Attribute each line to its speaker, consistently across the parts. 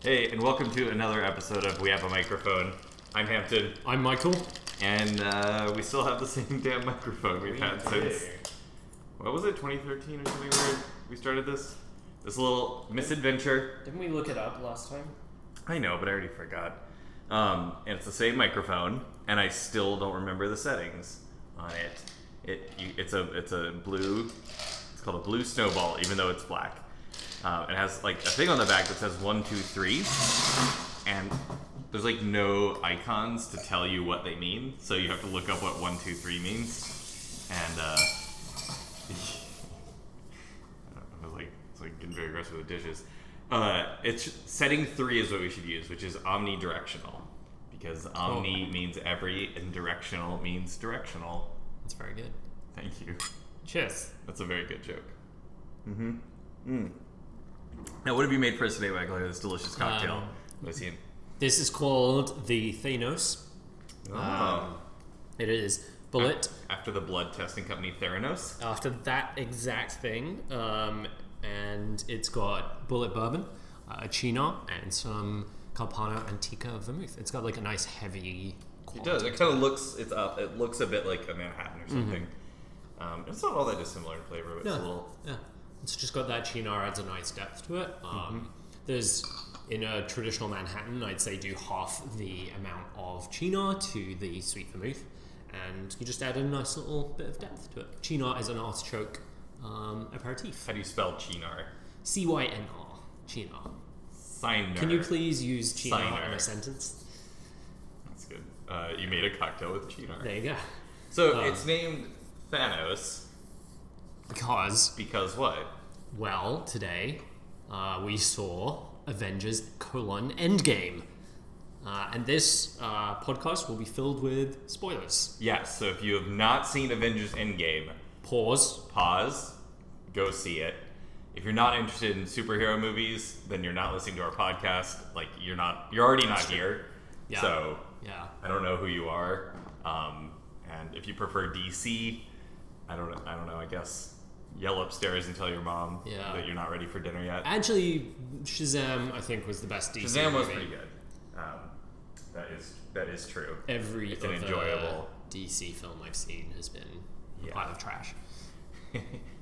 Speaker 1: Hey, and welcome to another episode of We Have a Microphone. I'm Hampton,
Speaker 2: I'm Michael.
Speaker 1: and uh, we still have the same damn microphone we've had since what was it, 2013 or something? Where we started this this little misadventure.
Speaker 3: Didn't we look it up last time?
Speaker 1: I know, but I already forgot. Um, and it's the same microphone, and I still don't remember the settings on it. It you, it's a it's a blue. It's called a blue snowball, even though it's black. Um, it has like a thing on the back that says one, two, three, and there's like no icons to tell you what they mean, so you have to look up what one, two, three means, and. Uh, I was like, it's like getting very aggressive with dishes. Uh, it's setting three is what we should use, which is omnidirectional, because omni means every and directional means directional.
Speaker 3: That's very good.
Speaker 1: Thank you.
Speaker 2: Cheers.
Speaker 1: That's a very good joke. Mm-hmm. Mm. Now, what have you made for us today, Michael? I have This delicious cocktail.
Speaker 2: Um,
Speaker 1: Lucian.
Speaker 2: This is called the Thanos.
Speaker 1: Um,
Speaker 2: It is bullet
Speaker 1: after the blood testing company Theranos.
Speaker 2: after that exact thing, um, and it's got bullet bourbon, uh, a chino, and some Carpano Antica vermouth. It's got like a nice heavy.
Speaker 1: It
Speaker 2: quality.
Speaker 1: does. It kind of looks. It's uh, It looks a bit like a Manhattan or something. Um, it's not all that dissimilar in flavor, but
Speaker 2: Yeah,
Speaker 1: it's a little.
Speaker 2: yeah. It's just got that chino adds a nice depth to it. Um, There's in a traditional Manhattan, I'd say do half the amount of chino to the sweet vermouth, and you just add a nice little bit of depth to it. Chino is an artichoke um, aperitif.
Speaker 1: How do you spell chinar?
Speaker 2: C Y N R chino.
Speaker 1: Signer.
Speaker 2: Can you please use chino in
Speaker 1: Signer.
Speaker 2: a sentence?
Speaker 1: That's good. Uh, you made a cocktail with chinar.
Speaker 2: There you go.
Speaker 1: So
Speaker 2: Uh.
Speaker 1: it's named Thanos
Speaker 2: Because
Speaker 1: because what?
Speaker 2: Well, today uh, we saw Avengers colon Endgame. Uh, and this uh, podcast will be filled with spoilers.
Speaker 1: Yes. So if you have not seen Avengers Endgame,
Speaker 2: Pause.
Speaker 1: pause, go see it. If you're not interested in superhero movies, then you're not listening to our podcast. Like you're not. You're already not here.
Speaker 2: Yeah.
Speaker 1: So
Speaker 2: Yeah.
Speaker 1: I don't know who you are. Um, and if you prefer DC, I don't. I don't know. I guess yell upstairs and tell your mom
Speaker 2: Yeah.
Speaker 1: that you're not ready for dinner yet.
Speaker 2: Actually, Shazam, I think, was the best DC.
Speaker 1: Shazam was
Speaker 2: movie.
Speaker 1: pretty good. Um, that is that is true.
Speaker 2: Every
Speaker 1: It's an
Speaker 2: other
Speaker 1: enjoyable-
Speaker 2: DC film I've seen has been
Speaker 1: Yeah.
Speaker 2: a pile of trash.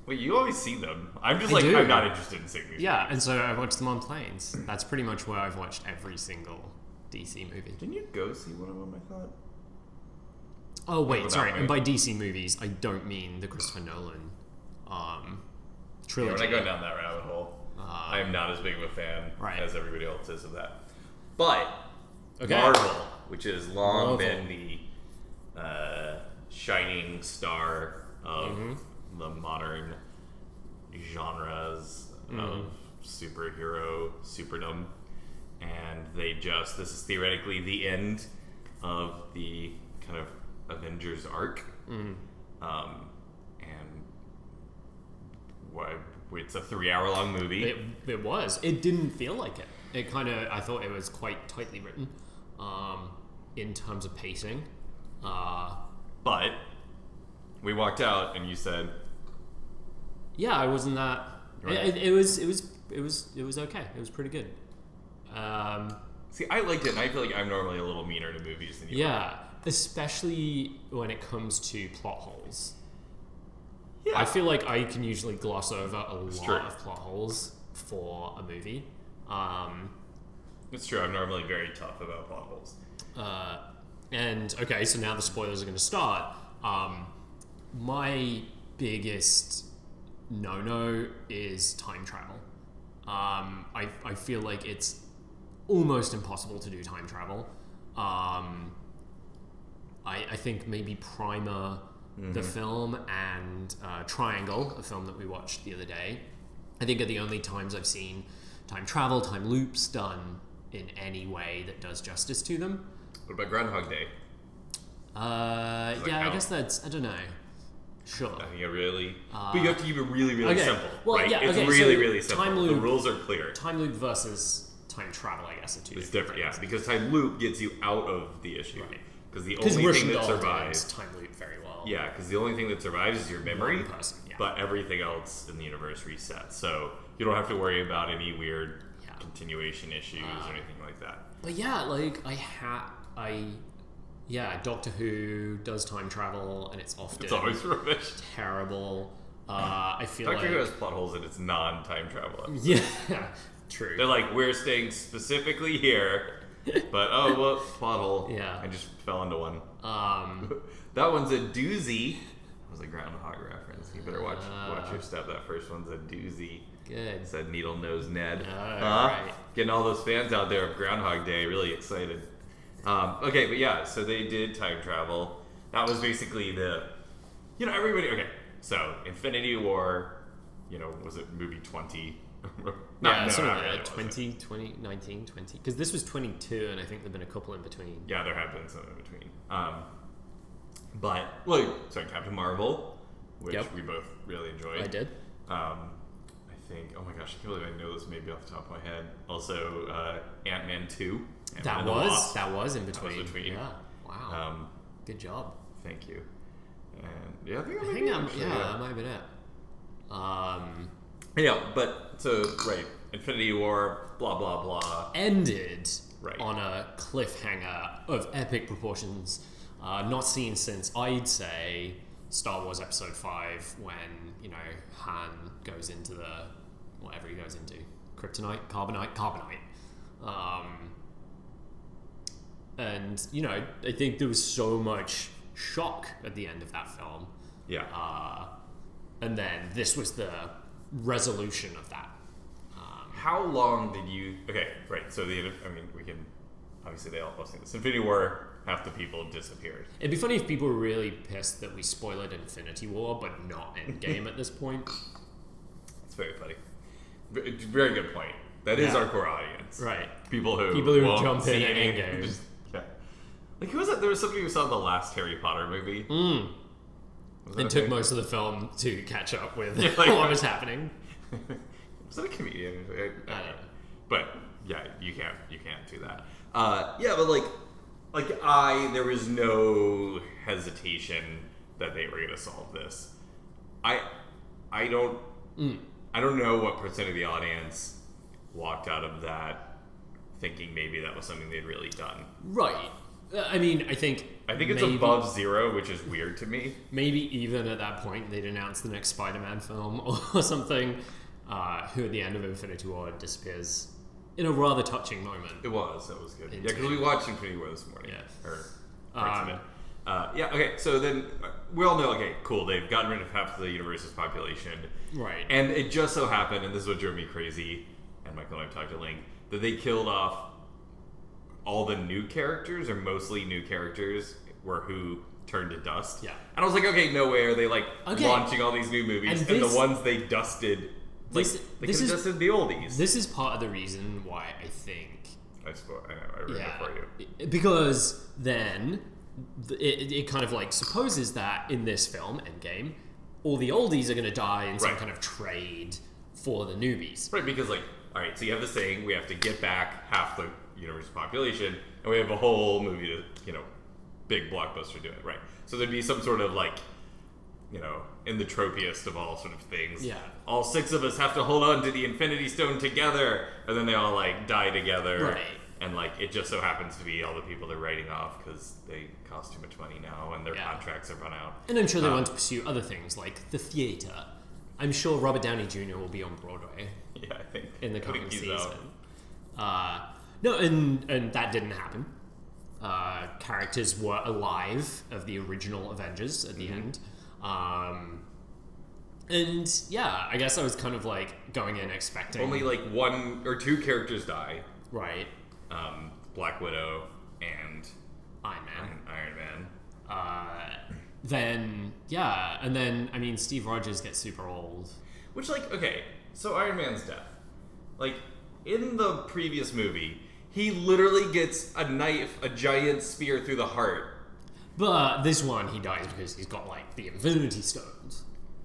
Speaker 1: Wait, you always see them. I'm just
Speaker 2: I
Speaker 1: like
Speaker 2: do.
Speaker 1: I'm not interested in seeing these.
Speaker 2: Yeah, and so I watched them on planes. That's pretty much where I've watched every single DC movie.
Speaker 1: Didn't you go see one of them? I thought.
Speaker 2: Oh wait,
Speaker 1: without
Speaker 2: sorry.
Speaker 1: me.
Speaker 2: And by DC movies, I don't mean the Christopher Nolan um,
Speaker 1: Yeah,
Speaker 2: trilogy.
Speaker 1: when I go down that rabbit hole,
Speaker 2: Ah.
Speaker 1: I am not as big of a fan
Speaker 2: Right.
Speaker 1: as everybody else is of that. But
Speaker 2: Okay.
Speaker 1: Marvel, which has long
Speaker 2: Marvel.
Speaker 1: been the uh, shining star of
Speaker 2: Mm-hmm.
Speaker 1: the modern genres of
Speaker 2: Mm-hmm.
Speaker 1: superhero superdom, and they just this is theoretically the end of the kind of Avengers arc,
Speaker 2: Mm-hmm.
Speaker 1: um, and why it's a three-hour-long movie.
Speaker 2: It, it was. It didn't feel like it. It kind of. I thought it was quite tightly written, um, in terms of pacing. Uh,
Speaker 1: But we walked out, and you said,
Speaker 2: yeah, I wasn't that.
Speaker 1: Right.
Speaker 2: It, it, it was. It was. It was. It was okay. It was pretty good. Um,
Speaker 1: "See, I liked it, and I feel like I'm normally a little meaner to movies than you."
Speaker 2: yeah, especially when it comes to plot holes.
Speaker 1: are.
Speaker 2: I feel like I can usually gloss over a lot
Speaker 1: true.
Speaker 2: of plot holes for a movie. Um,
Speaker 1: it's true. I'm normally very tough about plot holes.
Speaker 2: uh, and okay, so now the spoilers are going to start. Um, my biggest no no is time travel. Um, I, I feel like it's almost impossible to do time travel. Um, I, I think maybe Primer, the film, and uh, Triangle, a film that we watched the other day, I think are the only times I've seen time travel, time loops done in any way that does justice to them.
Speaker 1: What about Groundhog Day?
Speaker 2: Uh,
Speaker 1: Does that
Speaker 2: yeah, I
Speaker 1: count?
Speaker 2: guess that's, I don't know. Sure.
Speaker 1: I think it really, but you have to keep it really, really
Speaker 2: Uh, okay.
Speaker 1: simple.
Speaker 2: Well,
Speaker 1: right?
Speaker 2: yeah,
Speaker 1: it's
Speaker 2: okay, so
Speaker 1: really, really simple.
Speaker 2: time
Speaker 1: the
Speaker 2: loop-
Speaker 1: rules are clear.
Speaker 2: Time loop versus time travel, I guess, are two
Speaker 1: It's different, yeah, because time loop gets you out of the issue.
Speaker 2: Right.
Speaker 1: Because the
Speaker 2: Because
Speaker 1: only thing
Speaker 2: Russian
Speaker 1: that
Speaker 2: doll
Speaker 1: survives,
Speaker 2: does time loop very well.
Speaker 1: yeah, because the only thing that survives is your memory.
Speaker 2: One person, yeah.
Speaker 1: But everything else in the universe resets, so you don't have to worry about any weird
Speaker 2: Yeah. Uh,
Speaker 1: continuation issues or anything like that.
Speaker 2: But yeah, like I ha I yeah, Doctor Who does time travel and it's often
Speaker 1: It's always rubbish.
Speaker 2: terrible. Uh, I feel
Speaker 1: Doctor Who
Speaker 2: like
Speaker 1: has plot holes in its non-time travel. episodes.
Speaker 2: yeah, true.
Speaker 1: They're like, we're staying specifically here, but oh, well, plot hole.
Speaker 2: Yeah.
Speaker 1: I just fell into one.
Speaker 2: Um,
Speaker 1: That one's a doozy. That was a Groundhog reference. You better watch
Speaker 2: Uh,
Speaker 1: watch your step. That first one's a doozy.
Speaker 2: good.
Speaker 1: It's that needle nose Ned.
Speaker 2: Ah, right.
Speaker 1: Getting all those fans out there of Groundhog Day really excited. Um, okay, but yeah, so they did time travel. That was basically the, you know, everybody. Okay, so Infinity War, you know, was it movie twenty? No,
Speaker 2: yeah,
Speaker 1: no,
Speaker 2: sort
Speaker 1: not
Speaker 2: of
Speaker 1: really,
Speaker 2: uh,
Speaker 1: was it?
Speaker 2: 20, 20, 19, 20. Because this was 22, and I think there've been a couple in between.
Speaker 1: Yeah, there have been some in between. Um, but like, so Captain Marvel, which
Speaker 2: Yep.
Speaker 1: we both really enjoyed.
Speaker 2: I did.
Speaker 1: Um, I think. Oh my gosh, I can't believe I know this maybe off the top of my head. Also, uh, Ant Man two. Ant-Man
Speaker 2: That
Speaker 1: and the
Speaker 2: was
Speaker 1: Wasp.
Speaker 2: that was in between.
Speaker 1: between.
Speaker 2: Yeah. Wow.
Speaker 1: Um,
Speaker 2: good job.
Speaker 1: thank you. And yeah, I think,
Speaker 2: I
Speaker 1: might
Speaker 2: think
Speaker 1: be
Speaker 2: I'm
Speaker 1: actually,
Speaker 2: yeah, that might have been it. Um,
Speaker 1: yeah. Yeah, but so right, Infinity War, blah blah blah.
Speaker 2: ended
Speaker 1: Right.
Speaker 2: on a cliffhanger of epic proportions, uh, not seen since I'd say Star Wars Episode Five, when you know Han goes into the whatever he goes into kryptonite, carbonite, carbonite, um, and you know I think there was so much shock at the end of that film,
Speaker 1: Yeah.
Speaker 2: uh, and then this was the resolution of that. Um,
Speaker 1: How long did you? Okay, right. So the I mean, we can obviously they all posting this. Infinity War, half the people disappeared.
Speaker 2: It'd be funny if people were really pissed that we spoiled Infinity War, but not Endgame at this point.
Speaker 1: It's very funny. V- it's a Very good point. That is
Speaker 2: Yeah.
Speaker 1: our core audience.
Speaker 2: Right.
Speaker 1: People who
Speaker 2: People who
Speaker 1: won't
Speaker 2: jump in
Speaker 1: see
Speaker 2: at
Speaker 1: any-
Speaker 2: Endgame.
Speaker 1: just- yeah. Like who was it? There was somebody who saw the last Harry Potter movie.
Speaker 2: Mm.
Speaker 1: Was that
Speaker 2: And
Speaker 1: a
Speaker 2: took
Speaker 1: thing?
Speaker 2: most of the film to catch up with
Speaker 1: Yeah, like-
Speaker 2: what was happening.
Speaker 1: Was that a comedian? I, I don't
Speaker 2: I
Speaker 1: know.
Speaker 2: don't know.
Speaker 1: But yeah, you can't you can't do that. Uh, yeah, but like like I there was no hesitation that they were gonna solve this. I I don't
Speaker 2: Hmm.
Speaker 1: I don't know what percent of the audience walked out of that thinking maybe that was something they'd really done.
Speaker 2: Right. Uh, I mean, I think.
Speaker 1: I think it's
Speaker 2: maybe,
Speaker 1: above zero, which is weird to me.
Speaker 2: Maybe even at that point, they'd announce the next Spider Man film or something, uh, who at the end of Infinity War disappears in a rather touching moment.
Speaker 1: It was. That was good. Yeah,
Speaker 2: Into-
Speaker 1: because we watched Infinity War this morning.
Speaker 2: Yeah.
Speaker 1: Or parts of
Speaker 2: Um,
Speaker 1: it. Uh, yeah. Okay. So then uh, we all know. Okay. Cool. They've gotten rid of half the universe's population,
Speaker 2: Right.
Speaker 1: and it just so happened, and this is what drove me crazy, and Michael and I've talked to Link, that they killed off all the new characters, or mostly new characters, were who turned to dust.
Speaker 2: Yeah.
Speaker 1: And I was like, okay, no way are they like
Speaker 2: Okay.
Speaker 1: launching all these new movies,
Speaker 2: And
Speaker 1: and,
Speaker 2: this-
Speaker 1: the ones they dusted, like
Speaker 2: this-
Speaker 1: they
Speaker 2: this
Speaker 1: could have
Speaker 2: is-
Speaker 1: dusted the oldies.
Speaker 2: this is part of the reason why I think
Speaker 1: I suppose. I know. I read
Speaker 2: yeah,
Speaker 1: it for you.
Speaker 2: I- because then th- it, it kind of like supposes that in this film Endgame, all the oldies are going to die in some
Speaker 1: Right.
Speaker 2: kind of trade for the newbies.
Speaker 1: Right, because like, all right, so you have the saying we have to get back half the universe's population, and we have a whole movie to, you know, big blockbuster do it, right? So there'd be some sort of like, you know, in the tropiest of all sort of things.
Speaker 2: Yeah.
Speaker 1: All six of us have to hold on to the Infinity Stone together, and then they all like die together.
Speaker 2: Right.
Speaker 1: And like, it just so happens to be all the people they're writing off because they cost too much money now, and their
Speaker 2: Yeah.
Speaker 1: contracts have run out.
Speaker 2: And I'm sure they
Speaker 1: Um,
Speaker 2: want to pursue other things like the theater. I'm sure Robert Downey Jr. will be on Broadway
Speaker 1: Yeah, I think.
Speaker 2: in the
Speaker 1: I think
Speaker 2: coming
Speaker 1: he's out.
Speaker 2: season. Uh, no, and and that didn't happen. Uh, characters were alive of the original Avengers at the
Speaker 1: Mm-hmm.
Speaker 2: end, um, and yeah, I guess I was kind of like going in expecting
Speaker 1: Only like one or two characters die.
Speaker 2: right
Speaker 1: um, Black Widow and
Speaker 2: Iron Man.
Speaker 1: and Iron Man.
Speaker 2: Uh, then yeah, and then I mean Steve Rogers gets super old.
Speaker 1: Which, like, okay, so Iron Man's death. Like, in the previous movie, he literally gets a knife, a giant spear through the heart.
Speaker 2: But this one, he dies because he's got like the Infinity Stones,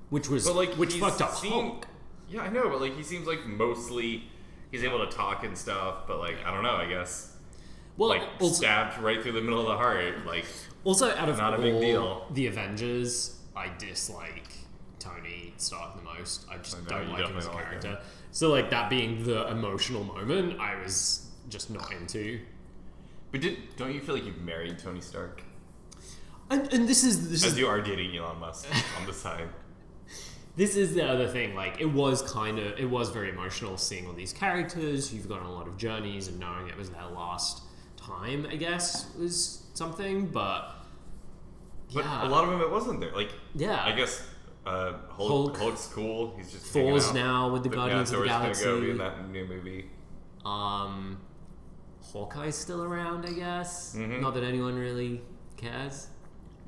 Speaker 2: which was
Speaker 1: But, like,
Speaker 2: which
Speaker 1: he's
Speaker 2: fucked up
Speaker 1: seem-
Speaker 2: Hulk.
Speaker 1: Yeah, I know, but, like, he seems like mostly he's able to talk and stuff, but, like, I don't know, I guess.
Speaker 2: Well,
Speaker 1: Like,
Speaker 2: also-
Speaker 1: stabbed right through the middle of the heart. Like,
Speaker 2: Also, out of
Speaker 1: Not a
Speaker 2: all
Speaker 1: big deal.
Speaker 2: the Avengers, I dislike Tony Stark the most. I just
Speaker 1: I know,
Speaker 2: don't
Speaker 1: you
Speaker 2: like him as a
Speaker 1: definitely don't like
Speaker 2: character.
Speaker 1: him.
Speaker 2: So like that being the emotional moment, I was just not into.
Speaker 1: But did, don't you feel like you've married Tony Stark?
Speaker 2: And, and this is this
Speaker 1: As
Speaker 2: is
Speaker 1: you are dating Elon Musk on the side.
Speaker 2: this is the other thing. Like it was kind of it was very emotional seeing all these characters who've gone on a lot of journeys and knowing it was their last time. I guess was something, but
Speaker 1: But a
Speaker 2: yeah,
Speaker 1: lot of them, it wasn't there. Like,
Speaker 2: yeah.
Speaker 1: I guess uh, Hulk,
Speaker 2: Hulk.
Speaker 1: Hulk's cool. He's just hanging
Speaker 2: Thor's
Speaker 1: out.
Speaker 2: now with the
Speaker 1: But
Speaker 2: Guardians
Speaker 1: yeah,
Speaker 2: of the
Speaker 1: Thor's
Speaker 2: Galaxy.
Speaker 1: gonna go be in that new movie.
Speaker 2: Um, Hawkeye's still around, I guess.
Speaker 1: Mhm.
Speaker 2: Not that anyone really cares.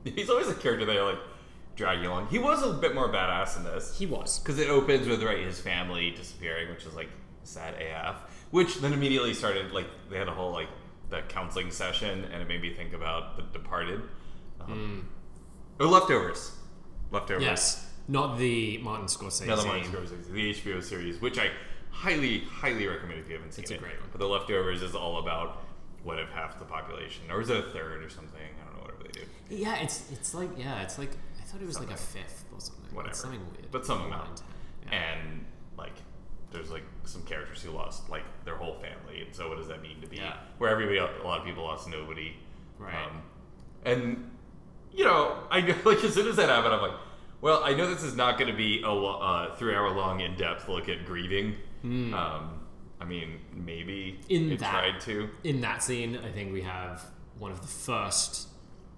Speaker 1: He's always a character they like drag you along. He was a bit more badass in this
Speaker 2: He was.
Speaker 1: because it opens with right his family disappearing, which is like sad AF. Which then immediately started like they had a whole like that counseling session, and it made me think about The Departed. Um, Or Leftovers. Leftovers.
Speaker 2: Mm. Yes. Not the Martin Scorsese.
Speaker 1: Another one is Scorsese, the HBO series, which I highly, highly recommend if you haven't seen
Speaker 2: It's a
Speaker 1: it.
Speaker 2: great one.
Speaker 1: But The Leftovers is all about what if half the population, or is it a third or something? I don't know, whatever they do.
Speaker 2: Yeah, it's it's like yeah, it's like I thought it was like a fifth or something. It's
Speaker 1: Whatever.
Speaker 2: something weird.
Speaker 1: But some amount.
Speaker 2: Nine, ten. Yeah.
Speaker 1: and like there's like some characters who lost like their whole family and so what does that mean to be
Speaker 2: Yeah.
Speaker 1: where everybody a lot of people lost nobody Um,
Speaker 2: Right.
Speaker 1: and you know i know like as soon as that happened i'm like well i know this is not going to be a lo- uh, three hour long in-depth look at grieving um, i mean maybe
Speaker 2: Hmm. In
Speaker 1: it
Speaker 2: that-
Speaker 1: tried to
Speaker 2: In that scene, I think we have one of the first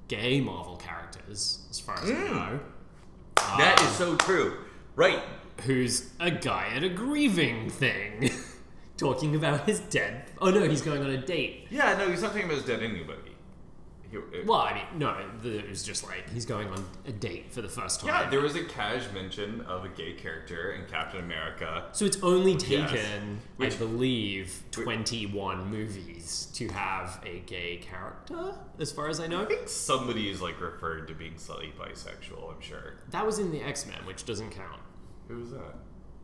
Speaker 2: gay Marvel characters, as far as
Speaker 1: Hmm.
Speaker 2: I know, Ah.
Speaker 1: that is so true right
Speaker 2: who's a guy at a grieving thing, talking about his dead. Oh no, he's going on a date
Speaker 1: yeah no he's not talking about his dead anybody He- it-
Speaker 2: Well, I mean, no, the, it was just like he's going on a date for the first time.
Speaker 1: yeah, there was a cash mention of a gay character in Captain America
Speaker 2: so it's only
Speaker 1: Yes.
Speaker 2: taken, I
Speaker 1: Which-
Speaker 2: believe, 21 movies to have a gay character, as far as I know.
Speaker 1: I think somebody is like referred to being slightly bisexual. I'm sure.
Speaker 2: That was in the X Men, which doesn't count.
Speaker 1: Who was that?